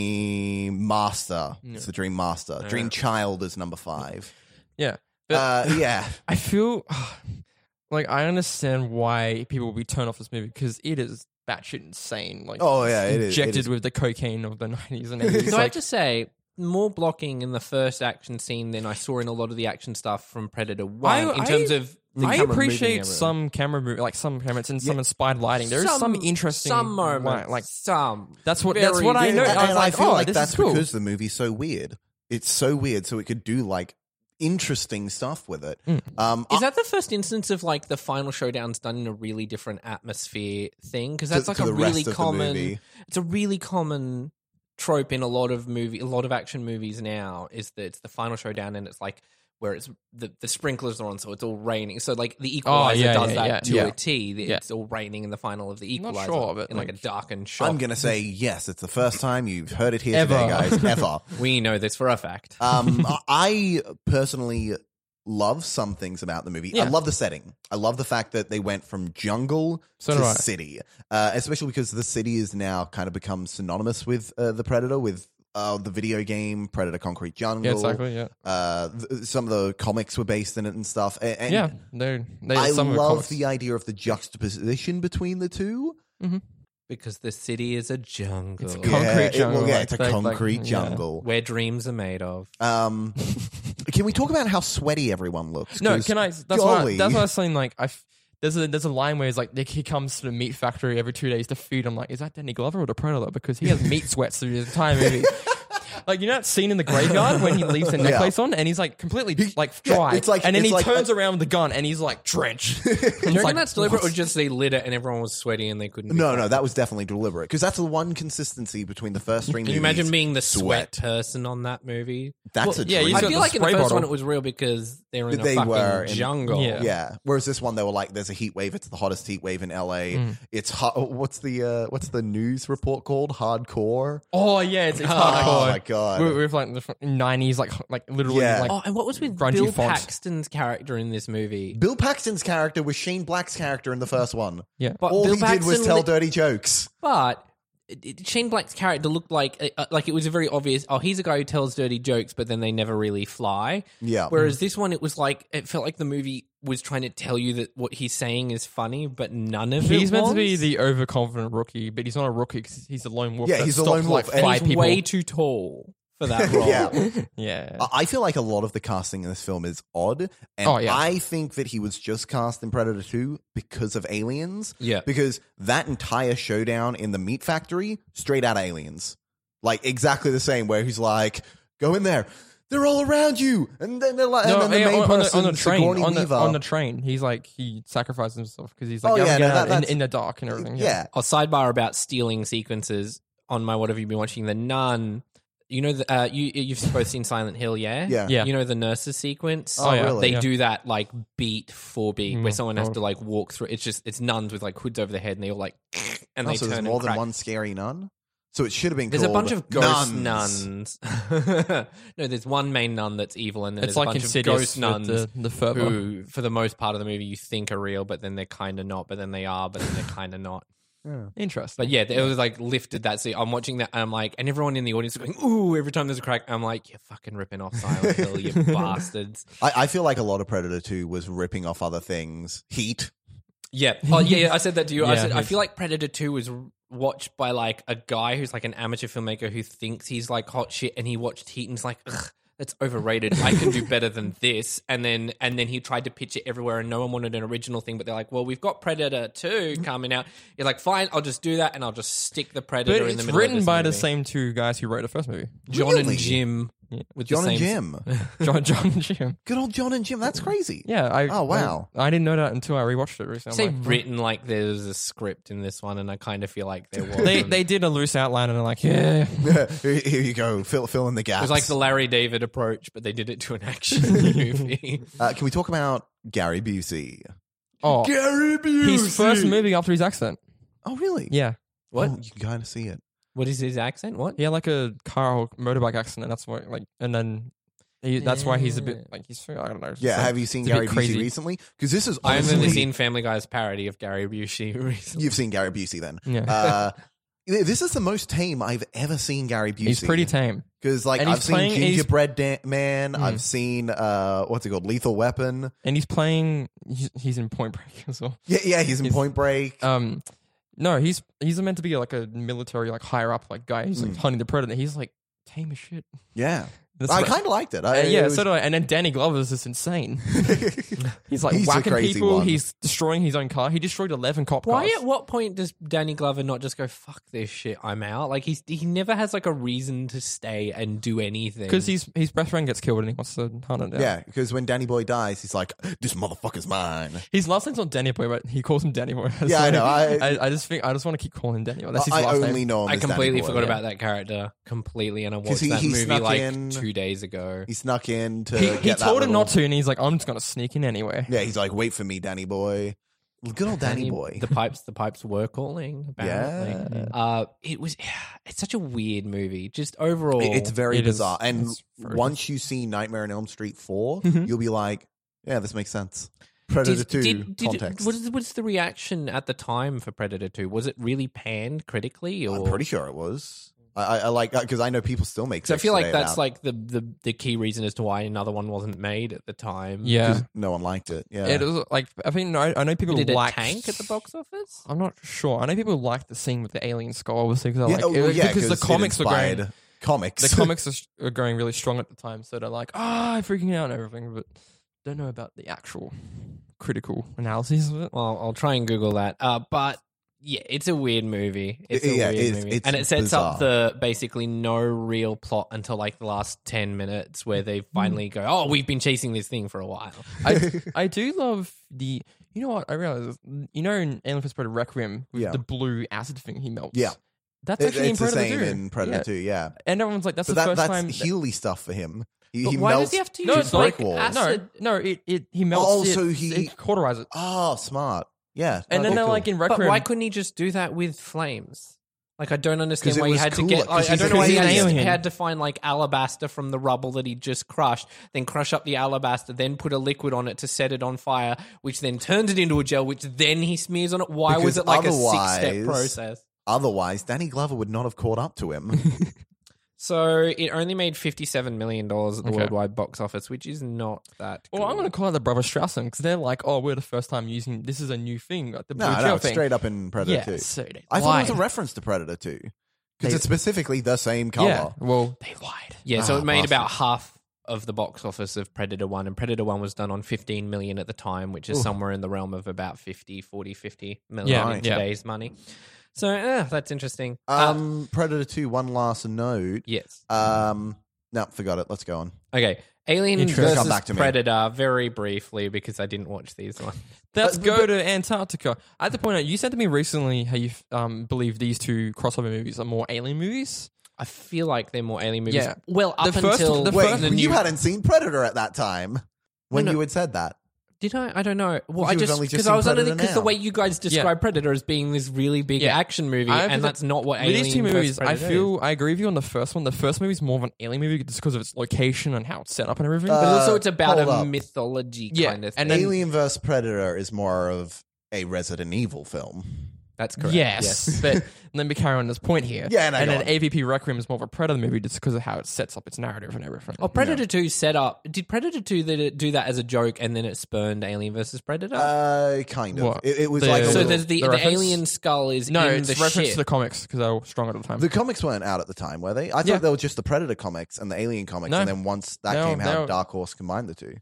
Dream Master. It's the Dream Master. Dream Child is number five.
Yeah, but
Uh, yeah.
I feel (sighs) like I understand why people will be turned off this movie because it is batshit insane. Like,
Oh, yeah,
it's
it is, it
injected
is.
with the cocaine of the (laughs) nineties
(laughs)
and eighties.
So I have
like,
to say, more blocking in the first action scene than I saw in a lot of the action stuff from Predator One. in terms of, the
I
camera moving
appreciate
everywhere.
some camera move, like some camera and some inspired lighting. There is some, interesting
some
light,
moments,
like
some.
That's what- that's what I
very-
know.
and,
I was
and
like,
I feel
oh,
like
this
that's
is cool.
because the movie's so weird. It's so weird, so it could do like interesting stuff with it. Um,
Is that the first instance of like the final showdown's done in a really different atmosphere thing? Because that's
To-
like
to
a
the
really
rest of the
common.
movie.
It's a really common trope in a lot of movie, a lot of action movies now. Is that it's the final showdown and it's like where it's the, the sprinklers are on, so it's all raining. So like the Equalizer
yeah,
does
yeah,
that
yeah,
to
yeah.
a T. that
Yeah.
It's all raining in the final of the
Not
Equalizer
sure of it,
in like,
like-
a darkened shot.
I'm going to say yes. It's the first time you've heard it here
Ever.
today,
(laughs)
guys. Ever.
we know this for a fact.
Um, I personally love some things about the movie. I love the setting. I love the fact that they went from jungle
So
to
do I.
city, uh, especially because the city is now kind of become synonymous with uh, the Predator, with uh, the video game Predator Concrete Jungle.
yeah, exactly, yeah.
Uh, th- some of the comics were based in it and stuff. A- and
yeah, they, they,
I
some of
love
comics.
the idea of the juxtaposition between the two.
because the city is a jungle.
It's a
Yeah,
Concrete
it-
jungle,
well, yeah,
like,
it's a
like- like-
concrete
yeah.
jungle.
where dreams are made of.
Um, can we talk about how sweaty everyone looks?
No,
'Cause
can I? That's why.
golly.
That's why I was saying like I. f- There's a there's a line where he's like like, he comes to the meat factory every two days to feed. I'm like, is that Danny Glover or the Predator? Because he has meat sweats through his entire movie. like you know that scene in the graveyard when he leaves the necklace on and he's like completely like
yeah,
dry.
it's like-
and then
it's
he
like-
turns around with the gun and he's like drenched. Do you
Do you reckon that's deliberate, or just they lit it and everyone was sweaty and they couldn't? be
(laughs) No,
bothered?
no, that was definitely deliberate because that's the one consistency between the first three.
Can you imagine being the sweat, person on that movie?
That's a
yeah,
dream.
you
I
got
feel
the
like in the
spray
first
bottle.
one it was real because they were in
They
a fucking
were in-
jungle.
Yeah.
yeah. Whereas this one, they were like, "There's a heat wave. It's the hottest heat wave in LA.
Mm.
It's hot. What's the uh, what's the news report called? Hardcore.
Oh yeah, it's, it's
(laughs) Oh
hardcore.
my God.
We're, we're like nineties, like like literally
Yeah.
like
Oh, and what was with
Grungy
Bill
font.
Paxton's character in this movie?
Bill Paxton's character was Shane Black's character in the first one.
yeah.
But
All
Bill
he
Paxton
did was tell
li-
dirty jokes.
But it- it- Shane Black's character looked like uh, like it was a very obvious. Oh, he's a guy who tells dirty jokes, but then they never really fly.
Yeah.
Whereas this one, it was like it felt like the movie was trying to tell you that what he's saying is funny, but none of it
He's meant to
was.
be the overconfident rookie, but he's not a rookie because he's a lone wolf.
Yeah,
that
he's a
stops,
lone wolf,
Like
and
five
he's
people.
way too tall for
(laughs)
that role.
Yeah.
yeah,
I I feel like a lot of the casting in this film is odd, and
Oh, yeah.
I think that he was just cast in Predator Two because of Aliens.
Yeah.
because that entire showdown in the meat factory, straight out of Aliens, like exactly the same. Where he's like, "Go in there, they're all around you," and then they're like,
No,
and then the
yeah,
main
on,
person,
on the, on the train,
Sigourney
on the,
Weaver,
on the train, he's like he sacrifices himself because he's like
Oh,
oh,
yeah,
yeah,
no, that-
in,
that's-
in the dark and everything.
yeah,
A sidebar about stealing sequences on my what have you been watching? The nun. You know, the, uh, you you've both seen Silent Hill, yeah?
Yeah.
Yeah.
You know the nurses sequence.
Oh,
yeah.
really?
They
Yeah.
do that like beat for beat, where
Mm,
someone has
oh.
to like walk through. It's just it's nuns with like (laughs) hoods over their head, and they all like, and they
also,
turn
Oh, there's
and
more than
crack.
one scary nun. So it should have been
There's a
called
bunch of ghost
Nuns.
nuns. (laughs) no, there's one main nun that's evil, and then
It's
there's
like
a bunch of
Insidious
ghost
with
nuns
the, the fervor.
who, for the most part of the movie, you think are real, but then they're kind of not, but then they are, but then they're kind of not.
Interesting.
But yeah, it was like lifted that scene. I'm watching that, and I'm like, and everyone in the audience is going, "Ooh!" Every time there's a crack, I'm like, "You're fucking ripping off Silent Hill, you bastards!"
I, I feel like a lot of Predator 2 was ripping off other things. Heat.
(laughs)
Yeah. Oh, yeah, yeah. I said that to you. I
Yeah.
said I feel like Predator Two was watched by like a guy who's like an amateur filmmaker who thinks he's like hot shit, and he watched Heat and's like, Ugh, that's overrated. I can
(laughs)
do better than this. And then and then he tried to pitch it everywhere, and no one wanted an original thing. But they're like, well, we've got Predator Two coming out. You're like, fine, I'll just do that, and I'll just stick the Predator
Mm-hmm. But
in the
it's
middle. of
written
this
by the
movie.
same two guys who wrote the first movie, (laughs)
John
Really?
and Jim with
John
the
and
same
Jim.
John, John and Jim.
Good old John and Jim. That's crazy.
Yeah. I,
Oh, wow.
I, I didn't know that until I rewatched it recently.
Say
I'm like,
written like there's a script in this one, and I kind of feel like
(laughs)
there was.
(laughs)
they they did a loose outline and they're like, yeah,
(laughs) Here here you go. Fill, fill in the
It
gaps.
was like the Larry David approach, but they did it to an
(laughs)
action movie.
uh, can we talk about Gary Busey?
oh,
Gary Busey.
his first movie after his accident.
Oh, really?
Yeah,
What?
Oh, you can kind of see it.
What is his accent? What?
he had like a car or motorbike accident. That's why, like, and then he, that's why he's a bit like he's I don't know.
Yeah.
so-
Have you seen
it's a bit
Gary Busey
crazy.
recently? Because this is
I've
honestly,
only seen Family Guy's parody of Gary Busey (laughs) recently.
You've seen Gary
(laughs)
Busey then.
Yeah.
Uh, this is the most tame I've ever seen Gary Busey.
he's pretty tame.
Because like
And
I've
he's
seen
playing- he's- Hmm.
Gingerbread Dan- Man, I've seen uh, what's it called, Lethal Weapon.
and he's playing. He's, he's in Point Break (laughs) as well.
Yeah, yeah, he's in
He's-
Point Break.
Um, no, he's he's meant to be like a military, like higher up, like guy. He's like hunting the predator. He's like tame as shit.
yeah,
That's
Hmm. I
what-
kind of liked it.
Uh,
I,
yeah,
it was-
so do I. And then Danny Glover's just
(laughs)
insane. He's like
He's a
whacking
crazy
people.
one.
He's destroying his own car. He destroyed eleven cop cars.
Why? At what point does Danny Glover not just go fuck this shit? I'm out. Like he's he never has like a reason to stay and do anything
Because his his best friend gets killed and he wants to hunt it down.
yeah, because when Danny Boy dies, he's like, "This motherfucker's mine."
His last name's not Danny Boy, but he calls him Danny Boy. (laughs)
Yeah, I know. I-
I, I just think I just want to keep calling him Danny Boy. That's his
I
last
only
name.
know him
I
as Danny
completely
Boy.
forgot about that character completely, and I watched
'Cause he-
that
he
movie
snuck
like
in-
two days ago.
He snuck in to.
He,
get
he
that
told him
little-
not to, and he's like, "I'm just gonna sneak in anyway."
Yeah, he's like, "Wait for me, Danny Boy." Good old Danny Boy.
The pipes, the pipes were calling. Apparently, uh, it was. (sighs) It's such a weird movie. Just overall,
It- It's very
It is-
bizarre, and
it's very Mm-hmm.
once you see Nightmare on Elm Street 4 you you'll be like, "Yeah, this makes sense." Predator
Did-
Two
did- did-
context.
was, was the reaction at the time for Predator Two? Was it really panned critically? Or
I'm pretty sure it was. I, I, I like because I know people still make.
'Cause I
jokes
feel like
today
that's
about-
like the, the the key reason as to why another one wasn't made at the time.
Yeah,
no one liked it. Yeah,
it was like I think no, I know people
did it
like
tank at the box office?
I'm not sure. I know people like the scene with the alien skull, obviously, because I
Yeah,
like
oh,
it,
well, yeah,
because the
'cause it
comics were going.
inspired Comics.
The comics are, s- are going really strong at the time, so they're like, ah, freaking out and everything, but don't know about the actual critical analyses of it.
Well, I'll try and Google that. Uh, but yeah, it's a weird movie. It's a
Yeah,
weird
it's-
movie,
it's
and it sets up
bizarre.
the basically no real plot until like the last ten minutes, where they
Mm.
finally go, "Oh, we've been chasing this thing for a while."
(laughs)
I, I do love the. You know what? I realize. You know, in Alien vs Predator Requiem, with
(laughs) Yeah.
the blue acid thing he melts.
Yeah.
that's
It-
actually
it's
in
the
Predator
same
2.
in Predator
Yeah.
Two. Yeah,
And everyone's like, that's
but
the
that,
first
that's
time.
Healy stuff for him. He,
But
he
why
melts
does he have to
No,
use
it's
brick
brick walls.
acid?
no, no, it, it he melts.
Oh,
it,
so he-
it cauterize it.
Oh, smart. Yeah,
And then
no,
they're
cool.
like in
But
Requiem.
why couldn't he just do that with flames? Like I don't understand
'Cause it
why he
was
had to
cooler,
get.
'cause
Like, I
he's
don't
a
know why he
crazy
had,
alien.
he had to find like alabaster from the rubble that he just crushed, then crush up the alabaster, then put a liquid on it to set it on fire, which then turns it into a gel, which then he smears on it. Why was
Because
it like a six-step
otherwise-
process?
Otherwise, Danny Glover would not have caught up
(laughs)
to him.
So it only made fifty-seven million dollars at the
Okay.
worldwide box office, which is not that.
Well, I'm
good.
going to call it the Brother Strauss because they're like, oh, we're the first time using this is a new thing, like the blue
no,
gel
no, it's
thing.
straight up in Predator
yeah,
Two.
so they
I thought it was a
lied.
reference to Predator Two because
They-
it's specifically the same color.
Yeah, well,
They lied. Yeah, so
Ah,
it made about half of the box office of Predator 1 and Predator 1 was done on 15 million at the time, which is somewhere in the realm of about 50, 40, 50 million
Yeah,
in
yeah.
today's money. So, eh, that's interesting. Uh,
Um, Predator Two. One last note.
yes.
Um, no, forgot it. Let's go
(laughs)
on.
Okay. Alien
Interesting.
versus
Come back to me.
Predator very briefly because I didn't watch these ones.
let's go to Antarctica. I have to point out, you said to me recently how you um, believe these two crossover movies are more alien movies.
I feel like they're more alien movies.
Yeah.
Well, up
first-
until
the
Wait,
first-
you hadn't seen Predator at that time when
No, no.
you had said that.
Did I? I don't know. Well,
Well,
I
you were
just
only just
because
in
I was under
Predator
because the
now.
way you guys describe Predator as being this really big
Yeah.
action movie,
I don't think
and
that-
that's not what
With
Alien
these two
versus
movies, I
Predator is.
feel I agree with you on the first one. The first movie is more of an alien movie just because of its location and how it's set up and everything.
But also,
Uh,
it's about a
hold up.
mythology
Yeah,
kind of thing.
and then-
Alien vs Predator is more of a Resident Evil film.
that's correct.
Yes, (laughs) but let me carry on this point here.
Yeah, no,
and
go
then
on.
AVP Requiem is more of a Predator movie just because of how it sets up its narrative and everything.
Oh, Predator Two set up. Did Predator Two that it- do that as a joke, and then it spurned Alien versus Predator?
Uh, kind of.
What?
It, it was
The-
like a
so
little-
there's the,
the
the,
reference?
alien skull is
no,
in
it's
the
reference
shit.
to the comics because they were strong at the time.
The comics weren't out at the time, were they? I thought
Yeah.
they were just the Predator comics and the Alien comics,
No.
and then once that
No,
came out,
they're-
Dark Horse combined the two.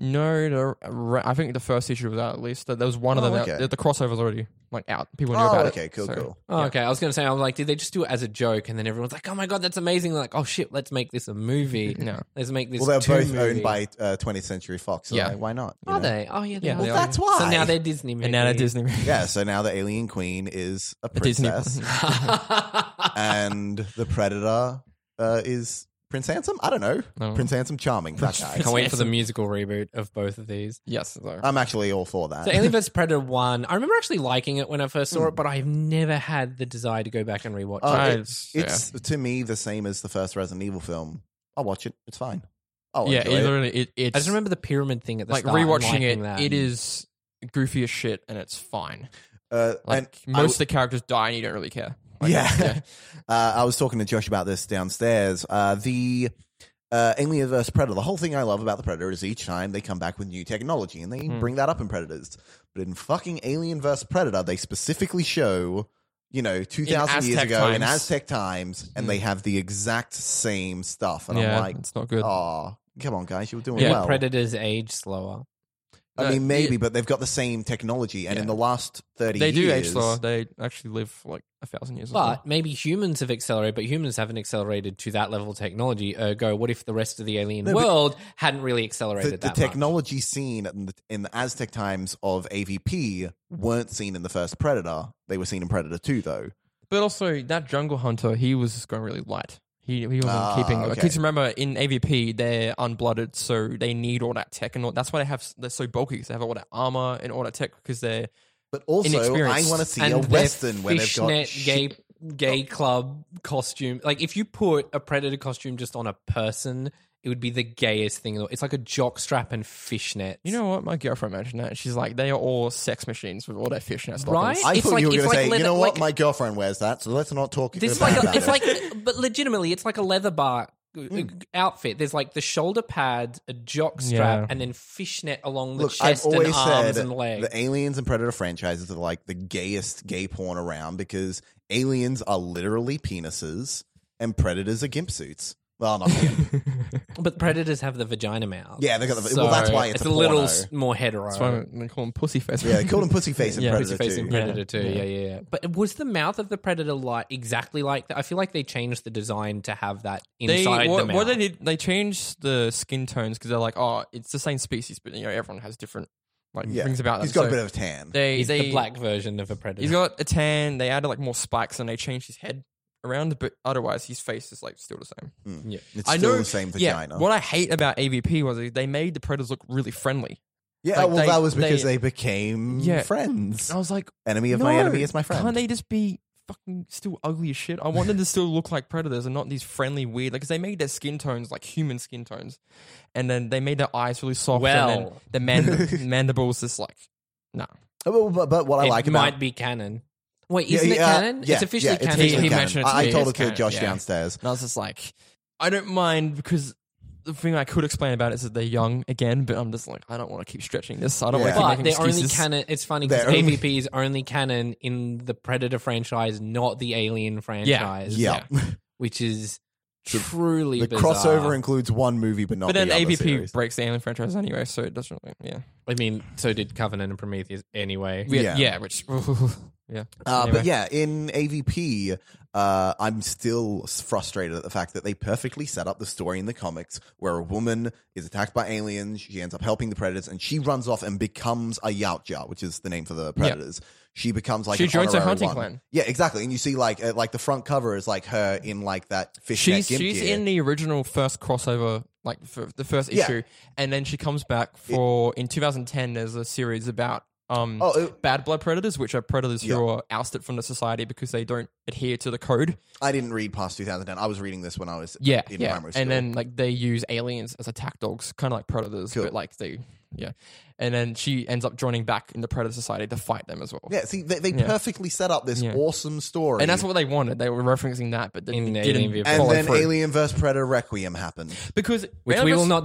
no, the, re- I think the first issue was out at least. There there was one of
Oh,
them. out-
okay.
the, the crossover's already like out. People knew
Oh,
about it.
okay, cool,
so-
cool.
Oh, okay. I was going to say, I'm like, did they just do it as a joke? And then everyone's like, oh my God, that's amazing. They're like, oh shit, let's make this a movie.
No.
Let's make this
Mm-hmm. Well, they're
two
both
movie.
owned by uh, 20th Century Fox. So
Yeah.
like, why not? you
Are
know?
they? Oh, yeah. They
Yeah,
are.
they
Well,
are.
that's why.
So now they're Disney movies.
And now they're Disney.
Yeah, so now the Alien Queen is a
A Disney-
princess,
(laughs)
and the Predator uh, is Prince Handsome. I don't know.
No.
Prince Handsome, charming. That guy.
Can't wait for the musical reboot of both of these.
(laughs) yes, though.
I'm actually all for that.
So Alien vs Predator 1, I remember actually liking it when I first saw it, but I've never had the desire to go back and rewatch
Hmm. Oh,
it.
I-
it-
it's-
it's to me the same as the first Resident Evil film. I'll watch it. It's fine. I'll
yeah, it
enjoy it.
literally, it, it's
I just remember the pyramid thing at the
like
start. and
rewatching
liking
it.
that.
It is goofy as shit, and it's fine.
Uh, and
Like
I-
most of the characters die, and you don't really care. Like,
yeah. uh, I was talking to Josh about this downstairs. Uh, the uh, Alien vs. Predator, the whole thing I love about the Predator is each time they come back with new technology and they
Hmm.
bring that up in Predators. But in fucking Alien vs. Predator, they specifically show, you know, 2,000 years
Aztec
ago in
times. Hmm.
Aztec times and they have the exact same stuff. And
yeah,
I'm like,
it's not good.
(laughs) oh, come on, guys, you were doing
Yeah.
well.
Predators age slower.
I
No,
mean, maybe,
yeah.
but they've got the same technology. And
Yeah.
in the last 30
They
years.
do age slower. They actually live for like a thousand years. as well.
But maybe humans have accelerated, but humans haven't accelerated to that level of technology. Ergo, what if the rest of the alien
No, but-
world hadn't really
the,
accelerated
the
that much?
technology seen in the, in the Aztec times of AVP weren't seen in the first Predator. They were seen in Predator 2, though.
But also that jungle hunter, he was just going really light. He he wasn't
Ah,
keeping
okay.
because remember in AVP they're unblooded, so they need all that tech and all, that's why they have they're so bulky 'cause they have all that armor and all that tech because they're
But also, I
Inexperienced.
want to see
and
a
their
Western where they've got. Oh.
fishnet
shit-
gay gay club costume. Like if you put a predator costume just on a person, it would be the gayest thing. in the world. It's like a jockstrap and fishnet.
you know what my girlfriend mentioned that she's like they are all sex machines with all their fishnet
Right?
stockings.
I
it's
thought
like-
you were
it's
going
like
to say,
leather-
you know what?
like-
My girlfriend wears that, so let's not talk
This is
about
like a,
that.
it's like, but legitimately, it's like a leather bar uh,
Hmm.
outfit. There's like the shoulder pad, a jock strap,
Yeah.
and then fishnet along the
Look, I've
chest
always
and arms
said
and legs.
the aliens and predator franchises are like the gayest gay porn around because aliens are literally penises and predators are gimp suits. Well,
(laughs)
not gimp.
But predators have the vagina mouth.
Yeah, they got the- well, that's why it's a
a, little
porno.
s- more hetero.
That's why they call them pussy face.
yeah, they called him pussy face in
Yeah,
predator
Pussy face
too.
in Predator too. Yeah. yeah, yeah, But was the mouth of the predator like exactly like that? I feel like they changed the design to have that
(laughs) They
inside the
what,
mouth.
what they did they changed the skin tones because they're like oh it's the same species but you know everyone has different like
Yeah.
things about them.
He's got a
So
bit of a tan.
they
He's
they
the black version of a predator.
He's got a tan. They added like more spikes, and they changed his head around. But otherwise, his face is like still the same.
It's
I
still
know-
the same
yeah.
vagina.
What I hate about AVP was they made the predators look really friendly.
yeah,
like,
well,
they-
that was because
they-
they, became
Yeah.
friends.
And I was like,
Enemy of
no,
my enemy is my friend.
Can't they just be fucking still ugly as shit? I want them to still look like predators and not these friendly weird. Like, 'cause they made their skin tones like human skin tones, and then they made their eyes really soft. and then
Well.
the mand-
(laughs)
mandibles just like no.
Oh, well, but, but what I
it
like
might
about
be canon. Wait,
Yeah,
isn't
yeah, uh,
it canon?
yeah,
it's officially
yeah, it's
canon.
officially
He- he
canon.
mentioned it to
I, I
me,
told
it's
it to
canon,
Josh
yeah.
downstairs.
And I was just like, I don't mind because the thing I could explain about it is that they're young again, but I'm just like, I don't want to keep stretching this. I don't
Yeah.
want
But
to keep
they're
making
only
excuses.
canon. It's funny because
They're only-
AVP is only canon in the Predator franchise, not the Alien franchise.
Yeah,
which is truly
(laughs) the
bizarre.
crossover includes one movie, but not
but then
the other
AVP
series.
breaks the Alien franchise anyway, so it doesn't really, yeah.
I mean, so did Covenant and Prometheus. Anyway,
Yeah,
Yeah.
yeah. which, (laughs) yeah.
Uh,
Anyway.
But yeah, in AVP, uh, I'm still s- frustrated at the fact that they perfectly set up the story in the comics where a woman is attacked by aliens. She ends up helping the predators, and she runs off and becomes a Yautja, which is the name for the predators. She becomes like
She
an
joins a
honorary
hunting
one.
clan.
Yeah, exactly. And you see like uh, like the front cover is like her in like that fishnet
She's,
gimp
she's
gear.
in the original first crossover, like for the first
Yeah.
issue, and then she comes back for in 2010. There's a series about um
Oh, it-
bad blood predators, which are predators
Yeah.
who are ousted from the society because they don't adhere to the code.
I didn't read past 2010. I was reading this when I was
Yeah,
in
yeah.
primary school.
and then like they use aliens as attack dogs, kind of like predators,
Cool.
but like they yeah. And then she ends up joining back in the predator society to fight them as well.
yeah, see, they, they
Yeah.
perfectly set up this
Yeah.
awesome story,
And that's what they wanted. They were referencing that, but they
In
didn't
Alien v.
And
follow
then
through.
Alien vs Predator Requiem happened.
because
which
Alien
we
vs.
will not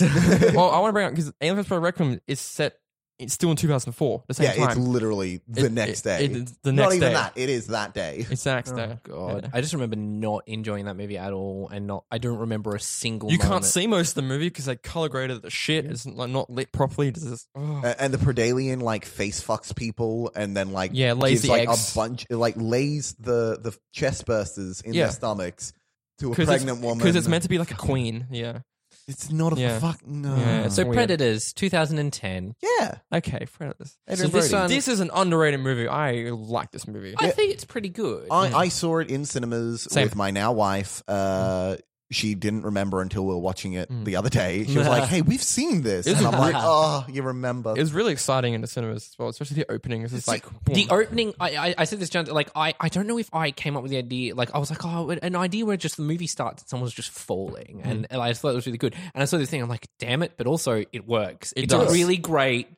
(laughs)
(laughs)
well, I want to bring up because Alien vs Predator Requiem is set it's still in 2004. The same
Yeah,
time.
it's literally the
It-
next
it-
day.
it is the
Not
next
even
day.
that. It is that day.
It's the next day.
God,
Yeah.
I just remember not enjoying that movie at all, and not I don't remember a single.
You
moment.
can't see most of the movie because they color graded the shit. It's like not lit properly. It's just, oh.
Uh, A- And the Predalien like face fucks people, and then like
Yeah, lays
gives,
the
like
eggs.
a bunch, it, like lays the the chest bursters in
Yeah.
their stomachs to a
Because
pregnant
it's,
woman.
'cause it's meant to be like a queen. Yeah.
It's not a
Yeah.
fuck no.
Yeah,
Yeah,
it's
So
Weird.
Predators, 2010.
Okay, Predators.
So this one,
This is an underrated movie. I like this movie.
I think it's pretty good.
I, I saw it in cinemas
Same.
with my now wife. Uh, She didn't remember until we were watching it
Mm.
the other day. She was
(laughs)
like, "Hey, we've seen this,"
It's
and I'm like,
re-
"Oh, you remember?"
It was really exciting in the cinemas as well, especially the opening. It's just like
the
boom.
opening, I, I, I said this, John. Like, I, I don't know if I came up with the idea. Like, I was like, oh, an idea where just the movie starts and someone's just falling,
Mm-hmm.
and, and I just thought it was really good. And I saw this thing, I'm like, damn it! But also, it works. it's
does.
a really great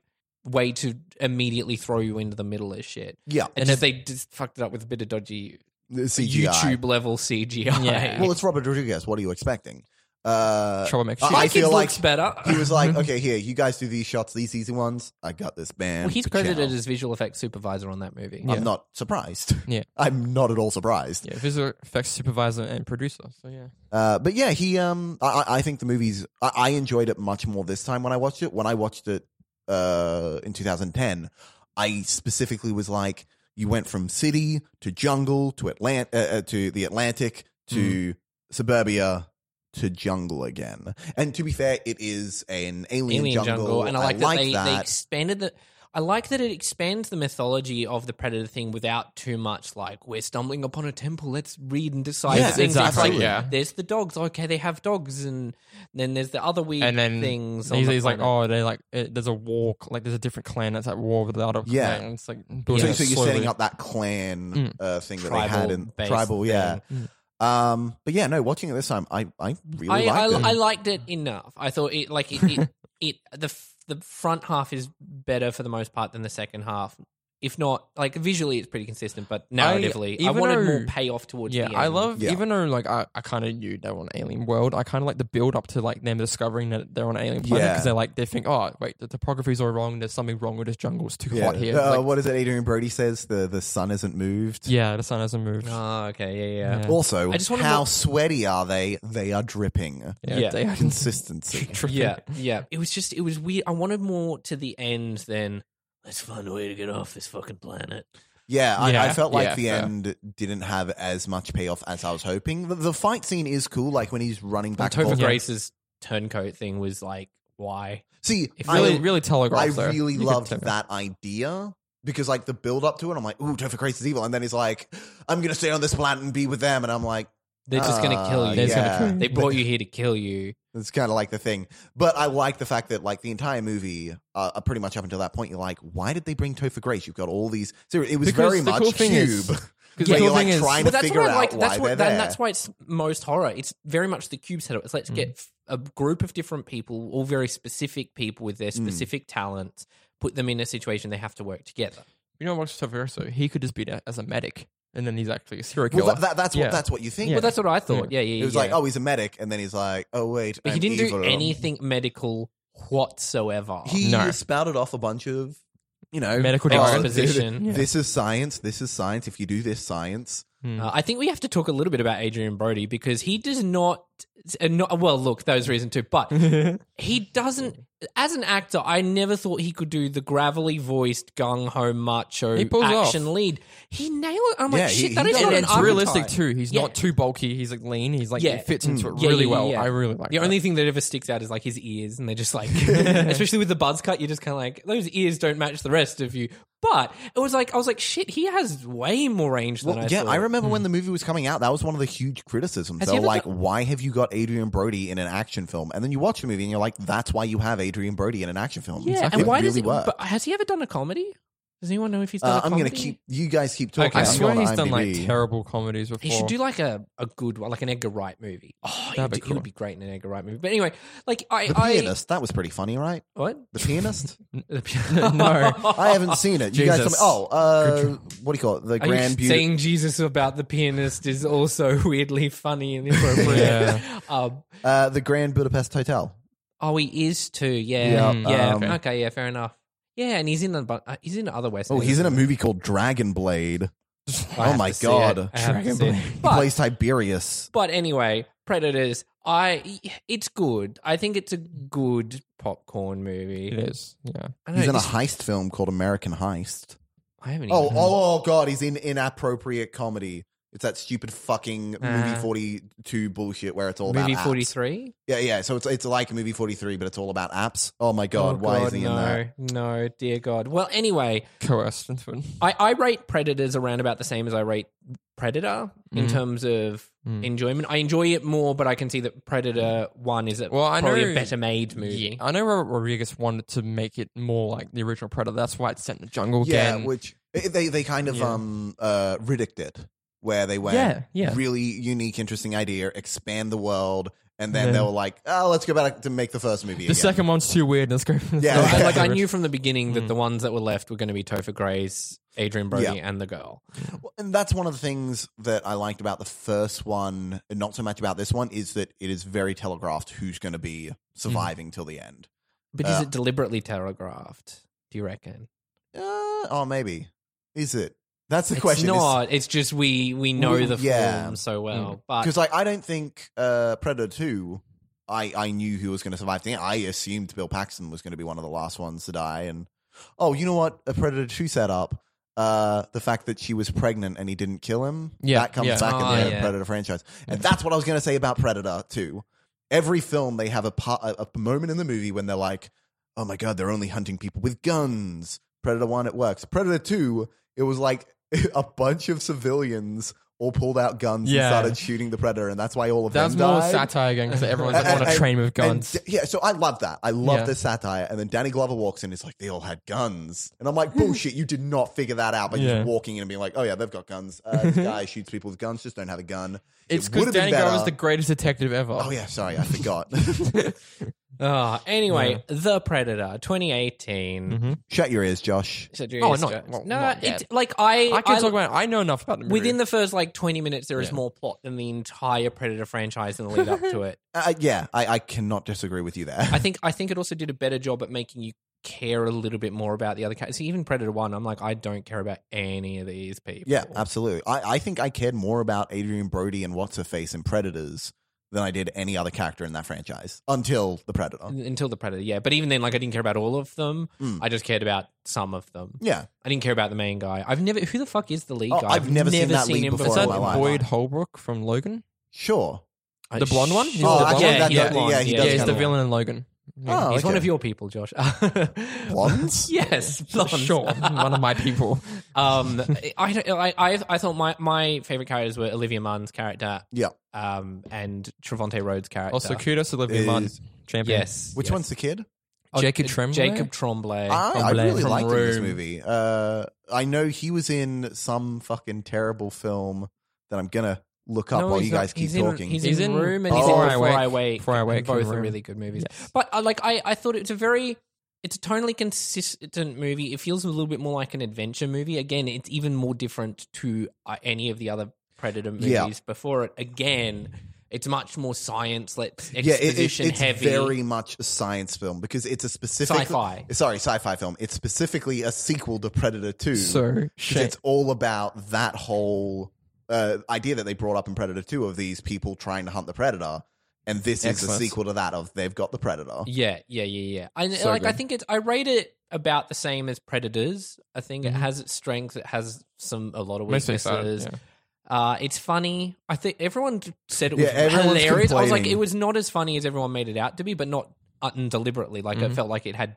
way to immediately throw you into the middle of shit.
yeah,
And if they just fucked it up with a bit of dodgy
the CGI.
YouTube level CGI,
Yeah.
Well, it's Robert Rodriguez. What are you expecting? Uh,
Troublemaker.
I-
Shit.
I
my kid
feel like
looks better.
he
(laughs)
was like, "Okay, here, you guys do these shots, these easy ones. I got this, man."
Well, he's
Ciao.
credited as visual effects supervisor on that movie.
Yeah.
I'm not surprised.
Yeah.
(laughs) I'm not at all surprised.
yeah, visual effects supervisor and producer. So yeah,
Uh, but yeah, he. Um, I, I- I think the movies. I, I enjoyed it much more this time when I watched it. When I watched it uh, in 2010, I specifically was like, "You went from city to jungle to Atlant- uh, uh, to the Atlantic
Mm-hmm.
to suburbia." To jungle again, and to be fair, it is an alien,
Alien Jungle, and I like that, they, they
that.
expanded the. I like that it expands the mythology of the predator thing without too much like we're stumbling upon a temple. Let's read and decide
Yeah,
things.
exactly,
It's like
yeah.
there's the dogs. Okay, they have dogs, and then there's the other weird
and then
things.
and
on
he's,
the
he's like,
planet.
oh, they like it, there's a war, like there's a different clan that's at war with the other
Yeah.
clan. It's like
So,
building
so
it
you're
slowly.
setting up that clan
Mm.
uh, thing that they had in
Tribal-based
tribal, yeah.
thing.
Um, but yeah, no, watching it this time, I I really
Mm. I,
liked
I, I
it.
liked it enough. I thought it like it it, it the f- the front half is better for the most part than the second half. If not, like visually, it's pretty consistent, but narratively, I,
even
wanted
though-
more payoff towards
Yeah,
the end.
I love
Yeah.
even though like I, I kind of knew they were on alien world. I kind of like the build up to like them discovering that they're on an alien planet
Yeah.
because they're like they think, oh wait, the topography's all wrong. There's something wrong with this jungle. It's too
yeah.
hot here.
Uh,
Like,
what is it? Adrian Brody says the the sun isn't moved.
yeah, the sun hasn't moved.
Oh, okay, yeah, yeah.
Yeah.
Also,
I just wonder
how
what-
sweaty are they? They
(laughs)
are dripping.
yeah,
yeah.
They hadn't (laughs)
Consistency.
Yeah, yeah. It was just, it was weird. I wanted more to the end than let's find a way to get off this fucking planet.
Yeah, I,
Yeah,
I felt like
yeah,
the
fair.
end didn't have as much payoff as I was hoping. The, the fight scene is cool, like when he's running back. and
Topher
forth.
Yeah.
Grace's turncoat thing was like, why?
See,
It
I-
really, really telegraphed.
I
though.
really
You could
loved
tell.
that idea because like the build up to it, I'm like, ooh, Topher Grace is evil, and then he's like, I'm gonna stay on this planet and be with them, and I'm like,
They're just going to
"Ah,
kill you.
They're just gonna
yeah."
kill you.
They brought you here to kill you.
It's kind of like the thing, but I like the fact that like the entire movie, uh, pretty much up until that point, you're like, why did they bring Topher Grace? You've got all these. Serious, it was
Because
very
the
much
cool
Cube.
thing is- (laughs)
where
the
you're
cool
like
thing is-
trying
But
to
that's
figure
what I
out
like.
why
That's
they're
what,
there.
and that's why it's most horror. It's very much the cube setup. It's let's get
Mm.
f- a group of different people, all very specific people with their
Mm.
specific talents, put them in a situation they have to work together.
You know what's so So he could just be there as a medic, and then he's actually a serial killer.
well, that, that, that's
Yeah.
what that's what you think.
Yeah.
Well, that's what I thought. Yeah, yeah. yeah
it was
yeah.
like, oh, he's a medic, and then he's like, oh wait,
But he
I'm
didn't
evil.
do anything medical whatsoever.
He
No.
spouted off a bunch of, you know,
Medical
oh,
jargon.
this-
Exposition.
Yeah.
This is science. This is science. If you do this science,
Um,
Uh, I think we have to talk a little bit about Adrian Brody because he does not, uh, not well, look, that was reason too, but he doesn't, as an actor, I never thought he could do the gravelly voiced, gung ho, macho
He pulls off.
action lead. He nailed it. I'm
Yeah,
like,
he-
shit,
he
that is
does
not
and
it.
an
it's realistic
archetype.
too. He's
Yeah.
not too bulky. He's like lean. He's like
Yeah. Mm.
it fits into it
Yeah,
really
yeah,
well.
yeah.
I really like.
the
that.
only thing that ever sticks out is like his ears, and they're just like, especially with the buzz cut, you're just kind of like, those ears don't match the rest of you. But it was like I was like, shit, he has way more range than
Well,
I
yeah,
thought.
I remember when the movie was coming out, that was one of the huge criticisms.
Hmm. Has
they
he
were
ever
like, why have you got Adrian Brody in an action film? And then you watch the movie and you're like, that's why you have Adrian Brody in an action film.
Yeah,
It
and why
really
does it?
work.
But has he ever done a comedy? Does anyone know if he's done?
Uh,
a
I'm
comedy?
going to keep, you guys keep talking.
Okay, I
I'm
swear
going
he's
to
done like
IMDb.
terrible comedies before.
He should do like a, a good one, like an Edgar Wright movie. Oh, he
That'd
would,
be
he
cool.
would be great in an Edgar Wright movie. But anyway, like I,
The
I
Pianist, that was pretty funny, right? (laughs)
what? (laughs)
The Pianist?
(laughs) No.
I haven't seen it. You guys tell me.
Jesus.
Oh, uh, what do you call it? The
Are
Grand
you
Beauty.
saying Jesus about the pianist is also (laughs) weirdly funny and inappropriate.
Yeah.
(laughs) um,
Uh, the Grand Budapest Hotel.
oh, he is too. Yeah, Mm,
Yeah,
yeah.
um,
okay, yeah, fair enough. Yeah, and he's in the bu- uh, he's in other westerns.
Oh, he's in a movie called Dragon Blade.
I have
oh my
to see it.
god,
I have to see it.
He
But-
plays Tiberius.
But anyway, Predators. I it's good. I think it's a good popcorn movie.
It is. Yeah.
I don't
He's
know,
in a
this-
heist film called American Heist.
I haven't.
Oh,
even-
oh, oh god, he's in inappropriate comedy. It's that stupid fucking movie
Uh,
forty two bullshit where it's all
movie
about
forty
apps.
three.
Yeah, yeah. So it's it's like movie forty three, but it's all about apps. Oh my god,
oh,
why is he
no,
in that?
No, dear God. Well, anyway,
Coerced into it.
I, I rate Predators around about the same as I rate Predator in
Mm.
terms of
Mm.
enjoyment. I enjoy it more, but I can see that Predator One is a,
Well, I
probably a
know-
better made
(laughs)
movie.
I know Robert Rodriguez wanted to make it more like the original Predator. That's why it's set in the jungle
Yeah,
again.
which it- they they kind of
Yeah.
um uh Riddicked it, where they went
Yeah, yeah.
really unique, interesting idea, expand the world, and then
Yeah.
they were like, oh, let's go back to make the first movie.
the
again.
second one's too weird. Let's go. let's (laughs)
Yeah.
go
So I-
back
like
to
I
Mm.
it.
(laughs) knew from the beginning that the ones that were left were going to be Topher Grace, Adrian Brody,
Yeah.
and the girl.
Well, and that's one of the things that I liked about the first one, and not so much about this one, is that it is very telegraphed who's going to be surviving till the end.
But is
Uh,
it deliberately telegraphed? Do you reckon?
Uh, oh, maybe is it? That's the
it's
question.
not. It's just we we know
We-
the
yeah.
film
Mm.
so well,
because
but
like I don't think uh, Predator Two. I, I knew who was going to survive. The end. I assumed Bill Paxton was going to be one of the last ones to die. And oh, you know what? A Predator Two set up uh, the fact that she was pregnant and he didn't kill him.
Yeah,
that comes
yeah.
back
Oh,
in the
yeah.
Predator franchise, and
Yeah.
that's what I was going to say about Predator Two. Every film they have a part, a, a moment in the movie when they're like, "Oh my god, they're only hunting people with guns." Predator One, it works. Predator Two, it was like (laughs) a bunch of civilians all pulled out guns
Yeah.
and started shooting the predator, and that's why all of
That's
them
more
died.
satire again because everyone's
And-
like, on a
and-
train with
And
guns.
d- yeah, so I love that. I love
Yeah.
the satire. And then Danny Glover walks in. It's like they all had guns, and I'm like, bullshit. you did not figure that out by
Hmm. Yeah.
just walking in and being like, oh yeah, they've got guns.
(laughs)
Uh, this guy shoots people with guns. Just don't have a gun.
it's
it would
because
have been
Danny Glover's
better.
the greatest detective ever.
Oh yeah, sorry, I forgot. (laughs)
(laughs)
Ah, anyway, The Predator 2018.
Mhm.
Shut your ears, Josh.
So do
Oh,
you-
not- well,
no,
not
it,
yet.
like I,
I can talk about. it. I know enough about the movie.
within the first like 20 minutes there is
Yeah.
more plot than the entire Predator franchise in the lead up to it.
Uh, yeah, I, I cannot disagree with you there.
I think I think it also did a better job at making you care a little bit more about the other characters. See, even Predator 1, I'm like I don't care about any of these people.
(laughs) Yeah, absolutely. I, I think I cared more about Adrian Brody and What's Her Face in Predators than I did any other character in that franchise until The Predator.
Until the Predator, yeah. But even then, like, I didn't care about all of them.
Mm.
I just cared about some of them.
Yeah.
I didn't care about the main guy. I've never. Who the fuck is the lead
Oh,
guy?
I've never seen that lead
him
before
is that
in my life.
Boyd Holbrook from Logan,
Sure.
I-
the blonde one.
Uh, sh-
He's
Oh,
the
I
blonde
get
one?
that-
yeah,
that- yeah, he
yeah,
does
he's
kinda
the
look-
villain in Logan. Yeah.
Oh,
He's one
okay.
of your people, Josh. (laughs)
Blondes?
yes, blonde.
Sure, one of my people.
(laughs) Um, I, don't- I I I thought my my favorite characters were Olivia Munn's character,
Yeah.
um, and Travante Rhodes' character.
Also, kudos to Olivia Munn,
Is-
champion.
yes,
Which
yes.
one's the kid?
Oh,
Jacob
uh,
Tremblay?
Jacob Tremblay.
I, I really
from
liked him in this
Room.
movie. Uh, I know he was in some fucking terrible film that I'm going to look up
No,
while
he's
you
not-
guys keep
he's
talking.
In, he's,
He's
in,
in-
Room and
Oh,
he's in
Before I
Before I
Wake.
Wake.
Before I
and
Wake
Both
and
are
Room.
really good movies.
Yes.
But I like I, I thought it's a very it's a tonally consistent movie. It feels a little bit more like an adventure movie. Again, it's even more different to uh, any of the other Predator movies
Yeah.
before it. Again, it's much more science, let
yeah, it- it-
exposition
it's
heavy.
very much a science film because it's a specific
Sci-fi.
Sorry, sci-fi film. It's specifically a sequel to Predator Two.
So,
because
shame.
it's all about that whole uh, idea that they brought up in Predator 2 of these people trying to hunt the Predator. And this is
Excellent.
the sequel to that of they've got the (laughs) Predator.
Yeah, yeah, yeah, yeah. And
So
like I
good.
think it's I rate it about the same as Predators. I think
Mm-hmm.
it has its strengths, it has some a lot of
Mostly so,
weaknesses.
yeah.
Uh, it's funny. I think everyone said it was
Yeah, everyone's
hilarious. I was like,
complaining. Mm-hmm.
it was not as funny as everyone made it out to be, but not uh, deliberately. Like it felt like it had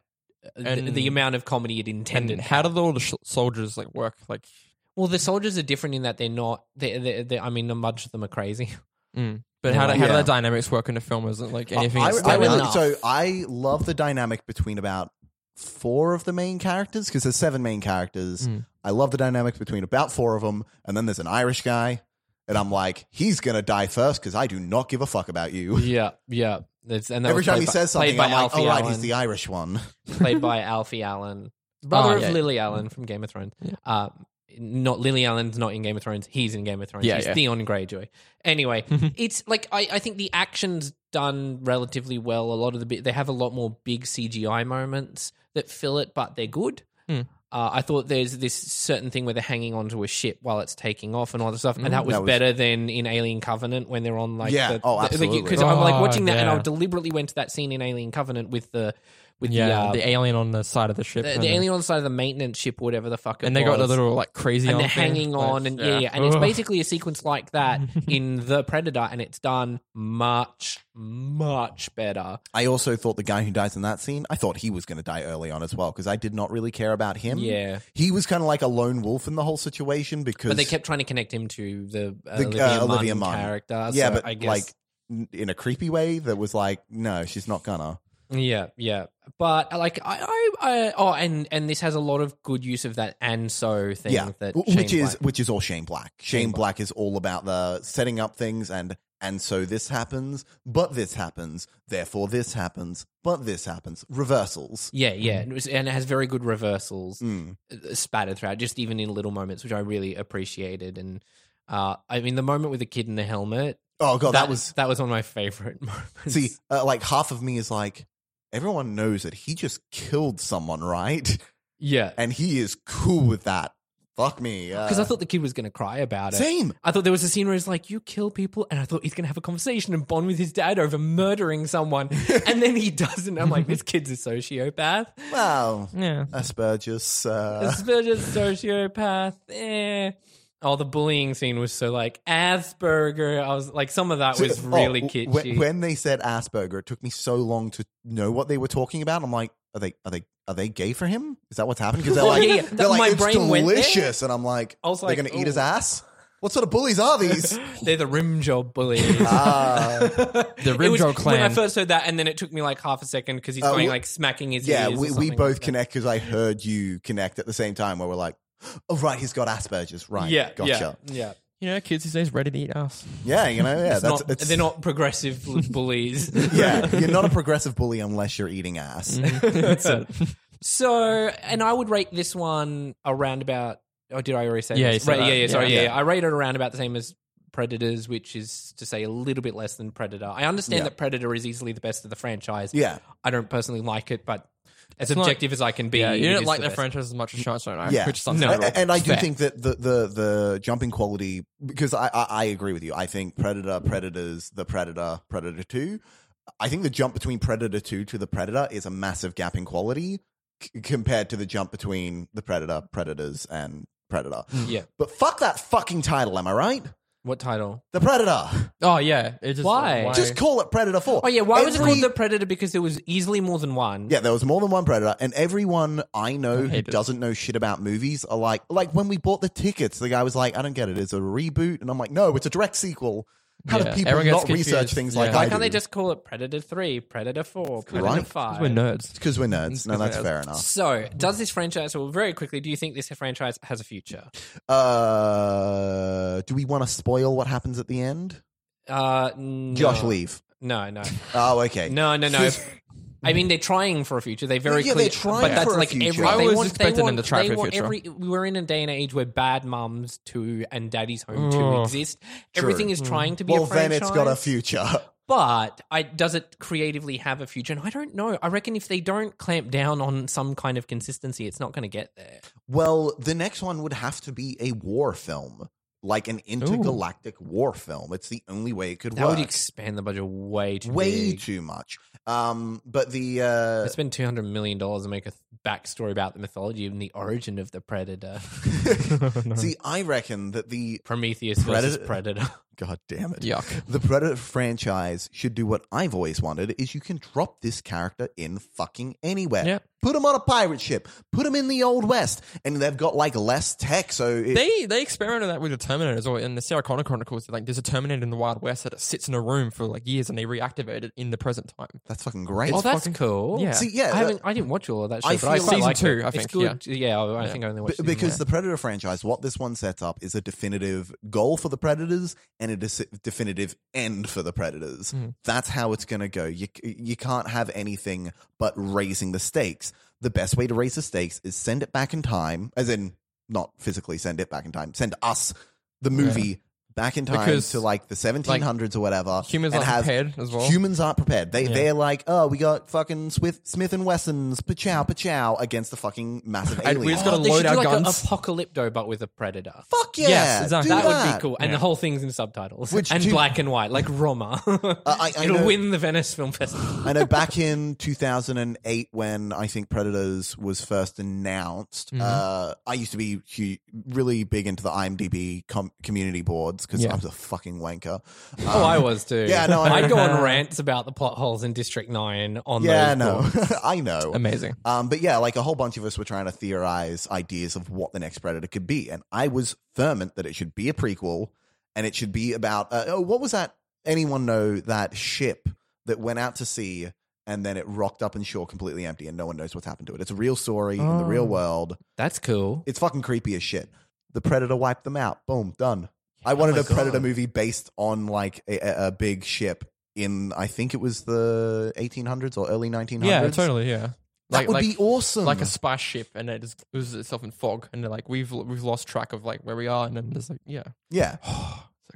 the,
And-
the amount of comedy it
And
intended.
how do all the sh- soldiers like work? Like,
well, the soldiers are different in that they're not. They, they, they, I mean, a bunch of them are
(laughs)
crazy.
but how, do, how do
Yeah.
the dynamics work in the film? Is it like anything?
I,
that's
I
standing
really-
out?
so I love the dynamic between about four of the main characters because there's seven main characters.
Hmm.
I love the dynamic between about four of them, and then there's an Irish guy, and I'm like, he's gonna die first because I do not give a fuck about you.
Yeah, yeah. That's, and that
Every
was
time
played
he
by-
says something,
played by
I'm like,
Alfie
all right,
Allen,
he's the Irish one.
played by Alfie Allen, brother
Oh,
of
yeah.
Lily Allen from Game of Thrones.
Yeah.
Uh, not Lily Allen's not in Game of Thrones. He's in Game of Thrones.
Yeah,
he's
yeah.
Theon Greyjoy. Anyway, it's like I, I think the action's done relatively well. A lot of the bit they have a lot more big CGI moments that fill it, but they're good.
Hmm.
Uh, I thought there's this certain thing where they're hanging onto a ship while it's taking off and all this stuff, and that was,
That was-
better than in Alien Covenant when they're on like
Yeah.
the,
Oh, absolutely.
because I'm like
Oh,
watching that and I
yeah.
deliberately went to that scene in Alien Covenant with the with the,
yeah,
uh,
the alien on the side of the ship,
the,
and
the
then-
alien on the side of the maintenance ship, whatever the fuck. It
and they got the
was.
little like crazy,
and
arm
they're
thing.
hanging
Like,
on, and yeah, yeah. and it's
Ugh.
basically a sequence
(laughs)
like that in the Predator, and it's done much, much better.
I also thought the guy who dies in that scene, I thought he was going to die early on as well because I did not really care about him.
Yeah.
he was kind of like a lone wolf in the whole situation because
But they kept trying to connect him to the, uh,
The,
Olivia,
uh, Olivia
Munn
Munn.
character.
yeah,
so
but
I guess,
like n- in a creepy way that was like, no, she's not gonna.
Yeah, yeah. But uh, like I, I, I oh, and and this has a lot of good use of that and so thing.
yeah,
that
W-
Shane
which is
Black-
which is all Shane Black. Shane, Black. is all about the setting up things and and so this happens, but this happens, therefore this happens, but this happens. Reversals.
yeah, yeah, and it, was, and it has very good reversals.
Mm.
uh, spattered throughout, just even in little moments, which I really appreciated. And uh, I mean, the moment with the kid in the helmet.
Oh god, that, was
that was one of my favorite (laughs) moments.
see, uh, like half of me is like, everyone knows that he just killed someone, right? (laughs)
yeah,
And he is cool with that. Fuck me,
because
uh,
I thought the kid was going to cry about it.
same.
I thought there was a scene where it's like you kill people, and I thought he's going to have a conversation and bond with his dad over murdering
(laughs)
someone, and then he doesn't. I'm like, this kid's a sociopath.
Well,
yeah.
Asperger's. Uh, (laughs)
Asperger's sociopath. Eh. Oh, the bullying scene was so like Asperger. I was like, some of that was
So-
really
oh,
kitschy.
w- When, they said Asperger, it took me so long to know what they were talking about. I'm like, are they are they are they gay for him? Is that what's
(laughs)
happening? Because they're
Oh,
like,
yeah, yeah.
they're
That- my
like it's
brain went there.
delicious, and
(laughs)
I'm like,
I was
they're
like,
gonna eat his
oh.
ass. What sort of bullies are these?
(laughs) They're the rim job bullies.
(laughs)
(laughs)
Ah.
the
rim job
When I
clan.
first heard that, and then it took me like half a second because he's
Uh,
going
we-
like smacking his
yeah,
ears or
we, we
something
both
like that.
connect because I heard you connect at the same time. Where we're like, oh right, he's got Asperger's. Right,
Yeah,
gotcha.
yeah, yeah.
You know, kids these days ready to eat ass.
Yeah, you know, yeah,
It's
that's
not-
it's,
they're not progressive bullies. (laughs)
(laughs) Yeah, you're not a progressive bully unless you're eating ass.
Mm-hmm. so, so, and I would rate this one around about. Oh, did I already say?
Yeah, you
this?
said
Right,
that.
yeah, yeah. Sorry,
Yeah.
yeah, yeah. I rate it around about the same as Predators, which is to say a little bit less than Predator. I understand
Yeah.
that Predator is easily the best of the franchise.
Yeah.
I don't personally like it, but as
not-
objective as I can be,
Yeah, you
it
don't
is
like
the
their
best.
franchise as much as Shaun Stone,
Yeah.
which is unfair.
A- a- and I do
Fair.
think that the, the the jumping quality because I, I I agree with you. I think Predator, Predators, the Predator, Predator Two. I think the jump between Predator Two to the Predator is a massive gap in quality c- compared to the jump between the Predator, Predators, and Predator.
Yeah.
But fuck that fucking title, am I right?
What title?
The Predator.
Oh yeah, it just,
Why?
Just call it Predator Four.
Oh yeah, why was it
Every-
called the Predator? Because there was easily more than one.
Yeah, there was more than one predator, and everyone I know who
hate it.
doesn't know shit about movies are like, like when we bought the tickets, the guy was like, "I don't get it. It's a reboot," and I'm like, "No, it's a direct sequel." How
Yeah,
do people
everyone gets
not research
confused.
things
Yeah.
like
Why
Why
I
can't they
do?
just call it Predator Three, Predator Four, Predator
Right.
Five?
we're nerds.
Because we're nerds. No,
Because
that's
we're
fair enough.
So, does this franchise, or very quickly, do you think this franchise has a future?
Uh, do we want to spoil what happens at the end?
Uh, no.
Josh, leave.
No, no,
Oh, okay.
no, no, no.
(laughs)
I mean, they're trying for a future. They very
Yeah,
clear,
they're trying
but that's
for a
like
future.
every.
I
They
was
want, they
expecting them
want,
to try
they
for a
want
future.
every. We're in a day and age where Bad Moms Two and Daddy's Home Two
Oh.
exist.
True.
Everything is trying to be.
Well,
a
then
franchise.
it's got a future. (laughs)
but I does it creatively have a future? And I don't know. I reckon if they don't clamp down on some kind of consistency, it's not going to get there.
Well, the next one would have to be a war film, like an intergalactic war film. It's the only way it could
That
work.
would expand the budget way too
way
big.
too much. Um, but the uh,
They spend two hundred million dollars and make a th- backstory about the mythology and the origin of the predator, (laughs)
(laughs)
(laughs) see, I reckon that the
Prometheus versus
Predator-
predator.
God damn it.
Yuck.
The Predator franchise should do what I've always wanted is you can drop this character in fucking anywhere.
Yeah.
Put him on a pirate ship. Put him in the Old West. And they've got like less tech, so it,
They they experimented that with the Terminator as well in the Sarah Connor Chronicles. Like there's a Terminator in the Wild West that sits in a room for like years and they reactivate it in the present time.
that's fucking great.
oh, that's cool.
yeah.
See, yeah,
I haven't. I didn't watch all of that. Shit,
I
but I
feel
quite
Season
liked
two,
it.
I
It's
think,
good. Yeah, I I think I only
B-
watched season
because
one.
the Predator franchise, what this one sets up is a definitive goal for the Predators and a dis- definitive end for the Predators.
Hmm.
That's how it's going to go. You c- you can't have anything but raising the stakes. The best way to raise the stakes is send it back in time, as in not physically send it back in time, send us the movie. Back in time
Because,
to like the 1700s or whatever.
Humans
and
aren't
have-
prepared as well.
Humans aren't prepared. They they're like, oh, we got fucking Smith Smith and Wessons, pachow pachow against the fucking massive
(laughs) And we
aliens.
just gotta
Oh, they should
load
do
our
like
guns.
A apocalypto, but with a predator.
Fuck yeah,
Yes, exactly.
do
that,
that,
would be cool, and the whole thing's in subtitles
Which
and
do-
black and white, like Roma.
(laughs) I-
(laughs)
I
It'll
know-
win the Venice Film Festival.
I know back in (laughs) 2008 when I think Predators was first announced,
Mm-hmm.
uh, I used to be hu- really big into the IMDb com- community boards because
Yeah.
I was a fucking wanker. Um,
oh, I was too.
yeah,
(laughs)
no, I-
would go on rants about the plot holes in District Nine on
Yeah,
those
no,
books.
(laughs) I know.
Amazing.
Um, but yeah, like a whole bunch of us were trying to theorize ideas of what the next Predator could be, and I was fervent that it should be a prequel, and it should be about uh, oh, what was that? Anyone know that ship that went out to sea and then it rocked up and shore completely empty, and no one knows what's happened to it? It's a real story in the
Oh.
real world.
That's cool.
It's fucking creepy as shit. The Predator wiped them out. Boom, done. I wanted
my
oh
a Predator
God.
movie based on like a, a- a big ship in I think it was the 1800s or early 1900s.
Yeah, totally. Yeah,
That
like
would
like,
be awesome.
like a spy ship, and it just loses itself in fog, and they're like we've we've lost track of like where we are, and then there's like yeah,
(sighs)
Yeah.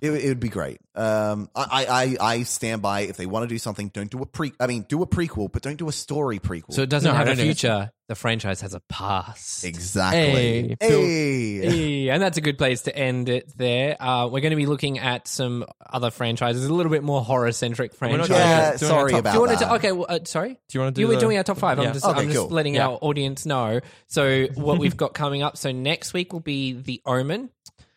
It, it would be great. Um, I, I, I I stand by if they want to do something, don't do a pre. I mean, do a prequel, but don't do a story prequel.
So it doesn't
No,
have
I
a
don't know.
future. The franchise has a past.
exactly.
Hey,
Hey.
Yeah, and that's a good place to end it there. Uh, we're going to be looking at some other franchises, a little bit more horror centric
We're not
franchises.
doing
Yeah,
our- doing our
sorry
top-
about
Do you want to?
that.
okay, well, uh, sorry.
Do you want to do?
You were
the-
doing our top five.
Yeah.
I'm just,
Okay,
I'm just
cool.
letting
Yeah.
our audience know.
(laughs)
So what we've got coming up. So next week will be The Omen.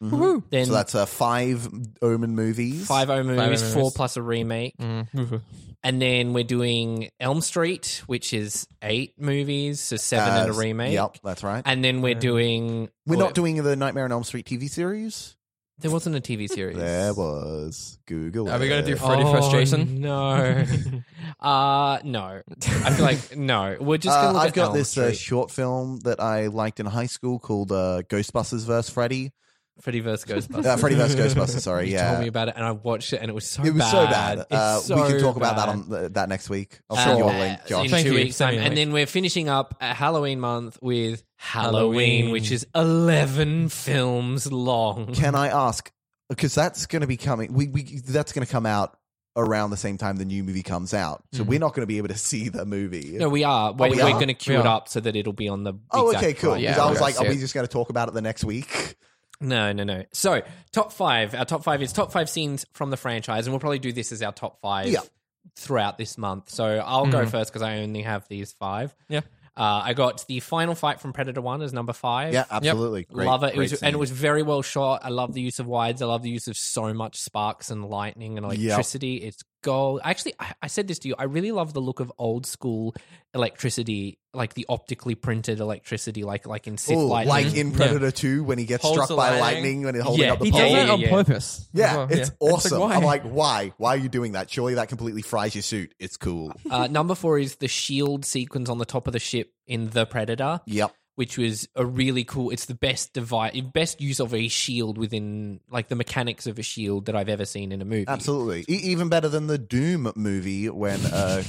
Woohoo.
Then
So that's uh, five Omen movies.
five Omen
Five
movies,
Omen
four
movies.
plus a remake,
Mm,
Mm-hmm.
woohoo.
and then we're doing Elm Street, which is eight movies, so seven
Uh,
and a remake.
Yep, that's right.
And then we're doing.
We're not doing the Nightmare on Elm Street TV series.
There wasn't a TV series.
There was Google.
Are we gonna do
it.
Freddy
oh,
vs. Jason?
No. (laughs) uh no. I feel like no. We're just
Uh,
gonna look
I've
at
got
Elm
this uh,
Street.
short film that I liked in high school called uh, Ghostbusters vs. Freddy.
Freddy vs. Ghostbusters.
Uh, Freddy vs. Ghostbusters,
(laughs)
sorry.
You
yeah.
told me about it and I watched it and it was so
It was
bad.
so bad. Uh,
It's
we can
so
talk about that
bad.
on th- that next week. I'll
Um,
send you a
uh,
link,
In
Josh.
Thank
two
you.
weeks time.
Send me a
And
link.
then we're finishing up uh, Halloween month with Halloween,
Halloween.
which is 11 films long.
Can I ask? Because that's going to be coming. We, we that's going to come out around the same time the new movie comes out. So we're not going to be able to (laughs) see the movie.
No, we are. We're,
Oh, we
we're
are?
going to queue
We
it
are.
up so that it'll be on the.
oh,
exact
okay, cool.
time.
Yeah,
Because I was
we're
like,
gonna
are
see
we
it.
just going to talk about it the next week?
No, no, no. So, top five. Our top five is top five scenes from the franchise, and we'll probably do this as our top five
Yeah. Mm.
throughout this month. So, I'll go first because I only have these five.
Yeah.
Uh, I got the final fight from Predator 1 as number five.
Yeah, absolutely. Great,
love it. it
great
was,
scene.
and it was very well shot. I love the use of wides. I love the use of so much sparks and lightning and electricity. It's gold. Actually, I, I said this to you. I really love the look of old school electricity, like the optically printed electricity, like like in Sith
Ooh,
lightning.
like in
Yeah.
Predator Two when he gets
Holds
struck
the
by lightning,
lightning.
when he's holding
Yeah,
up the
He
pole.
does
Yeah,
that
yeah,
on
yeah.
purpose. as
Yeah,
well.
it's
like,
awesome.
why?
I'm like, why? Why are you doing that? Surely that completely fries your suit. It's cool.
Uh, number four is the shield sequence on the top of the ship in The Predator,
Yep.
which was a really cool. It's the best device, best use of a shield within like the mechanics of a shield that I've ever seen in a movie.
Absolutely, e- even better than the Doom movie when uh,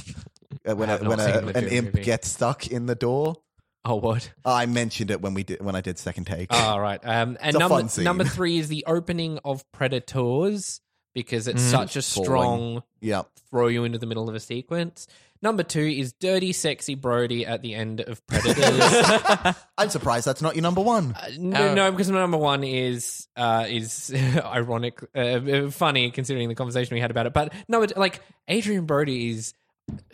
uh, when
I
a,
have not
when
seen
a,
the
an
Doom
imp
movie.
gets stuck in the door.
Oh, what?
I mentioned it when we did when I did second take.
All right. Um, and
a
number
fun scene.
number three is the opening of Predators because it's such a
Falling.
strong
yep.
throw you into the middle of a sequence. Number two is dirty, sexy Brody at the end of Predators.
I'm surprised that's not your number one.
No,
Oh.
no, because my number one is uh, is (laughs) ironic, uh, uh, funny considering the conversation we had about it. But no, it, like Adrian Brody is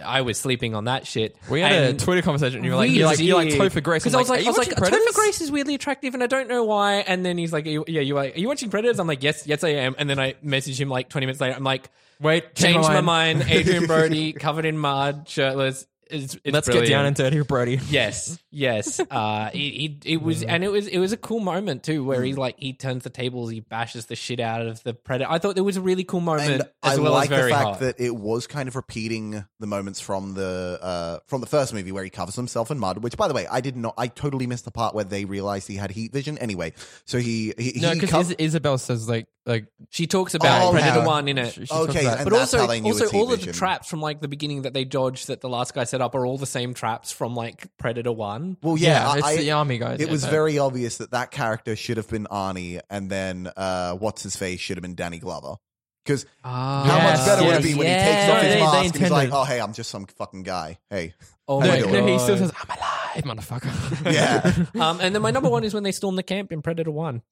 I was sleeping on that shit.
We had
And-
a Twitter conversation, and you're like, you're like, you're like Topher Grace.
Because
I'm
I was like,
"Are
I
you
was like,
watching Predators?"
Topher Grace is weirdly attractive, and I don't know why. And then he's like, are you- yeah, you like, are you watching Predators? I'm like, yes, yes, I am. And then I message him like 20 minutes later. I'm like,
Wait,
changed my mind.
(laughs)
Adrian Brody, covered in mud, shirtless. It's, it's
Let's
brilliant.
get down and dirty with Brody.
Yes, yes. Uh, it, it, it was, and it was, it was a cool moment too, where he like he turns the tables, he bashes the shit out of the predator. I thought it was a really cool moment,
And
as
I
well
like
as
the
very
fact
hot.
that it was kind of repeating the moments from the uh, from the first movie where he covers himself in mud. Which, by the way, I did not. I totally missed the part where they realized he had heat vision. Anyway, so he he,
No,
he
because
cov-
Isabel says like like
she talks about
Oh,
Predator
yeah.
One in it.
she- she talks
okay,
about-
and
but
that's
also,
how they knew
also
it's heat
all of the
vision.
traps from like the beginning that they dodge that the last guy set up are all the same traps from like Predator One.
Well,
yeah,
yeah,
it's
I,
the army guys.
it
yeah,
was
but-
very obvious that that character should have been Arnie, and then uh, what's his face should have been Danny Glover. Because
Ah.
how
Yes,
much better would it
Ah, yes.
be when
Yeah.
he takes off
No,
his
they- they
mask and he's like,
intended-
"Oh, hey, I'm just some fucking guy.
(laughs)
Hey,
Oh
No,
my
No,
my
no, he
God.
still says, "I'm alive, motherfucker." (laughs)
yeah."
Um, and then my number one is when they storm the camp in Predator One,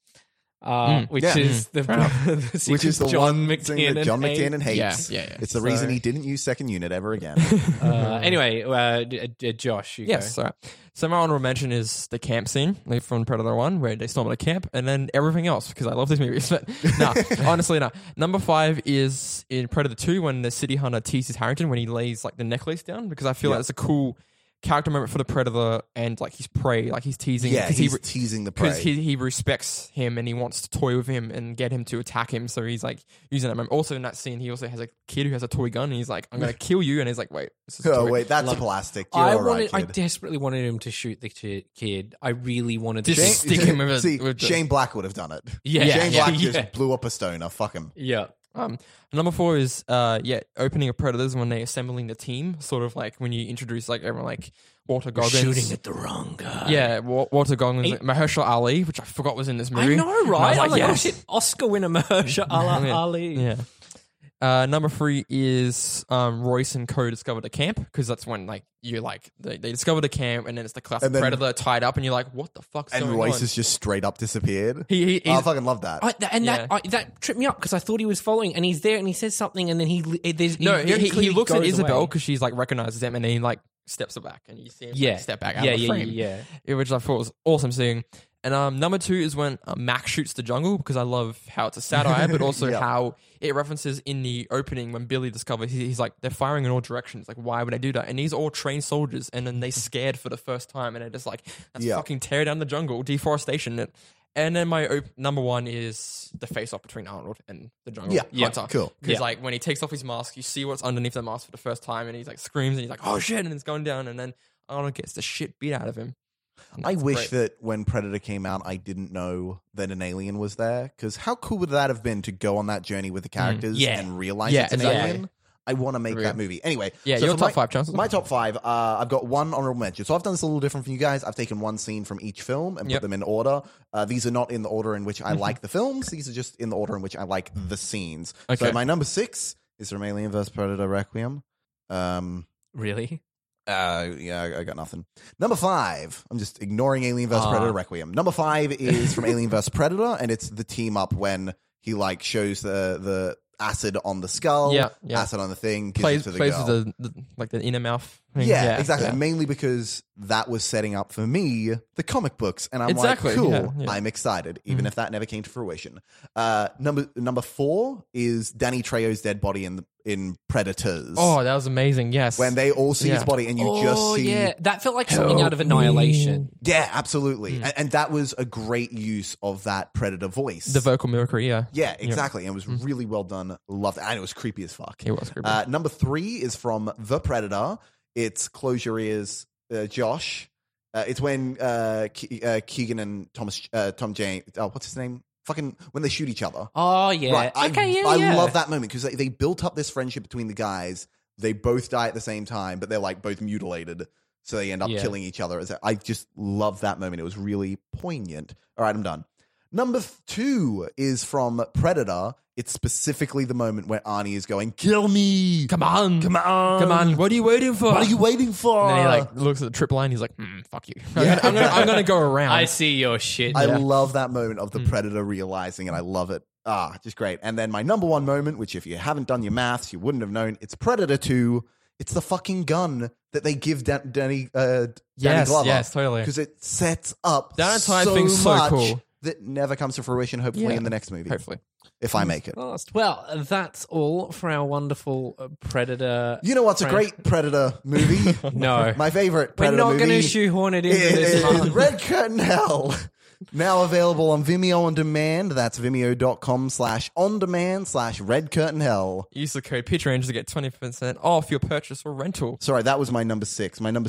uh,
Mm.
which,
Yeah.
is the, (laughs) the
Which is the
John
one thing that
McTiernan
John
hates.
McTiernan hates.
Yeah, yeah, yeah.
It's the reason he didn't use second unit
(laughs)
ever again. (laughs)
Uh, anyway, uh, d- d- Josh, you
Yes. All right. So my honorable mention is the camp scene like from Predator One, where they storm at a camp, and then everything else because I love these movies. (laughs) But
(laughs)
nah, honestly, nah. Number five is in Predator Two when the City Hunter teases Harrington when he lays like the necklace down because I feel like it's a cool character moment for the Predator and like his prey, like he's teasing.
yeah,
'cause
he's
he,
teasing the prey.
because he, he respects him and he wants to toy with him and get him to attack him. So he's like using that moment. Also in that scene, he also has a kid who has a toy gun and he's like, "I'm
(laughs)
gonna kill you," and he's like, "Wait, this is a
oh
toy."
wait, that's plastic. You're
I
all right,
wanted, I
kid.
desperately wanted him to shoot the ki- kid. I really wanted to.
Did
shoot-
Shane- stick him
(laughs)
with a-
See,
with the-
Shane Black would have
(laughs)
done it.
Yeah,
Shane
yeah,
Black
yeah.
just blew up a stoner. Fuck him.
yeah,
Um, number four is uh, yeah, opening of Predators when they assembling the team, sort of like when you introduce like everyone like Walter Goggins,
shooting at the wrong guy.
yeah, Wa- Walter Goggins, Mahershala Ali, which I forgot was in this
I
movie.
know,
And I was
right? I'm like, oh
yes.
shit, Oscar winner Mahershala
(laughs) Yeah.
Ali.
Yeah. Uh, number three is um, Royce and Co discovered a camp because that's when like you like they, they discovered a camp and then it's the classic
And then-
predator tied up and you're like what the fuck's
And
going
Royce
on?
has just straight up disappeared. Oh,
He- he-
I
he's-
fucking love that.
I, that, and that I, that tripped me up because I thought he was following, and he's there, and he says something, and then he li- there's
no he,
very
he, he
clearly
looks at
goes
Isabel
away.
because she's like recognizes him and he like steps back and you see him like,
Yeah,
step back out
yeah,
of the
yeah,
frame
yeah,
yeah, which I thought was awesome seeing. And um, number two is when uh, Max shoots the jungle because I love how it's a satire, but
(laughs)
also how it references in the opening when Billy discovers he- he's like they're firing in all directions. Like, why would I do that? And these are all trained soldiers, and then they scared for the first time, and they're just like, "Let's
Yeah.
fucking tear down the jungle, deforestation." it." And then my op- number one is the face off between Arnold and the jungle.
Yeah, yeah, cool.
Because
Yeah.
like when he takes off his mask, you see what's underneath the mask for the first time, and he's like screams and he's like, "Oh shit!" and it's going down, and then Arnold gets the shit beat out of him.
I
That's great.
wish that when Predator came out, I didn't know that an alien was there. Because how cool would that have been to go on that journey with the characters
yeah.
and realize
Mm, Yeah,
it's an
exactly.
alien? I want to make
Real.
that movie. Anyway,
Yeah,
so
your
for
top
my-
five chances.
My top five. Uh, I've got one honorable mention. So I've done this a little different from you guys. I've taken one scene from each film and
Yep. Mm-hmm.
put them in order. Uh, these are not in the order in which I like the films. These are just in the order in which I like the scenes.
Mm. Okay.
So my number six is from Alien vs Predator: Requiem. Um,
Really?
uh, yeah, I, I got nothing. Number five, I'm just ignoring Alien vs
Ah.
Uh.
Predator Requiem. Number five
(laughs)
is from Alien vs Predator, and it's the team up when he like shows the the acid on the skull,
Yeah, yeah.
acid on the thing, gives
plays
it to the
plays
girl.
with the, the like the inner mouth. Thing.
yeah, exactly. Mainly because that was setting up for me the comic books, and I'm
Exactly,
like, cool,
yeah, yeah. Mm-hmm.
I'm excited, even if that never came to fruition. Uh, number number four is Danny Trejo's dead body in the, in Predators.
Oh, that was amazing. Yes.
When they all see
Yeah.
his body, and you
oh
just see
yeah, that felt like something out of Annihilation.
yeah, absolutely. And, and that was a great use of that predator voice.
the vocal mimicry, yeah,
yeah, exactly. And it was really well done. Loved it. And it was creepy as fuck.
It was creepy.
Uh, number three is from The Predator. It's Close Your Ears, uh, Josh. Uh, it's when uh, Ke- uh, Keegan and Thomas, uh, Tom James, oh, what's his name? Fucking, when they shoot each other.
Oh yeah,
I,
okay, yeah,
I
yeah.
love that moment because they, they built up this friendship between the guys. They both die at the same time, but they're like both mutilated, so they end up
Yeah.
killing each other. It's- I just love that moment. It was really poignant. All right, I'm done. Number th- two is from Predator. It's specifically the moment where Arnie is going, "Kill me!
come on, come
on!
come on. What are you waiting for?
What are you waiting for?"
and then he like looks at the trip line. He's like, mm, "Fuck you. I'm, gonna, I'm, gonna, I'm gonna
(laughs)
go around."
I see your shit.
I love that moment of the
Hmm.
predator realizing, and I love it. Ah, just great. And then my number one moment, which if you haven't done your maths, you wouldn't have known, it's Predator 2. It's the fucking gun that they give Dan- Danny uh, Danny
Yes,
Glover.
yes, totally.
Because it sets up
That entire
so
thing's so
much
cool.
that never comes to fruition. Hopefully,
Yeah.
in the next movie,
Hopefully,
if I make it.
Last. Well, that's all for our wonderful uh, Predator.
You know what's a
Frank-
great Predator
(laughs)
movie?
No.
my favorite
We're
Predator
not going to
movie
shoehorn it into
is (laughs)
this month.
Red Curtain Hell. Now available on Vimeo on demand. That's vimeo.com slash on demand slash Red Curtain Hell.
use the code PitchRangers to get twenty percent off your purchase or rental.
Sorry, that was my number six. My number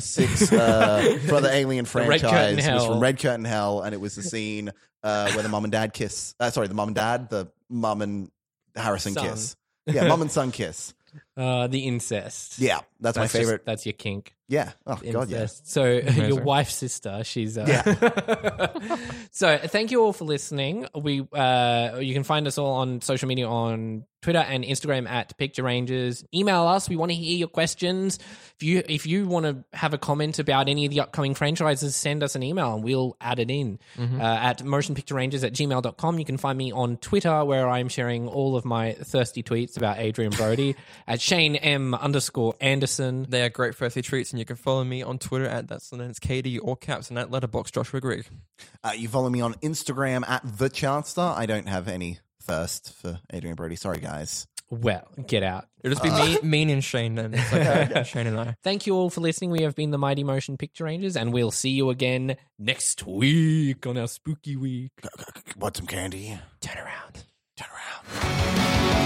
(laughs)
six uh, Brother Alien
Red Curtain
franchise was
Hell.
from Red Curtain Hell, and it was the scene uh, where the mum and dad kiss. Uh, sorry, the mum and dad, the mum and Harrison
Son.
kiss. Yeah, mum and son kiss.
Uh, the incest.
Yeah, that's, my
That's just-
favorite.
that's your kink.
yeah. Oh, God, yeah.
incest. So (laughs) your wife's sister, she's uh, (laughs) so thank you all for listening. We uh, you can find us all on social media on Twitter and Instagram at Picture Rangers. Email us. We want to hear your questions. If you if you want to have a comment about any of the upcoming franchises, send us an email and we'll add it in
Mm-hmm.
uh, at motionpicturerangers at gmail.com. You can find me on Twitter where I'm sharing all of my thirsty tweets about Adrian
(laughs)
Brody at Shane M underscore Anderson.
They are great thirsty treats, and you can follow me on Twitter at that's the name, it's KD or caps and at letterbox Joshua Grigg.
Uh, you follow me on Instagram at the Chancellor. I don't have any thirst for Adrian Brody. Sorry, guys.
Well, get out.
It'll just be me,
Uh.
mean and Shane then. It's like,
(laughs)
uh, Shane and I.
Thank you all for listening. We have been the Mighty Motion Picture Rangers, and we'll see you again next week on our spooky week.
Want some candy?
Turn around.
Turn around.
Thank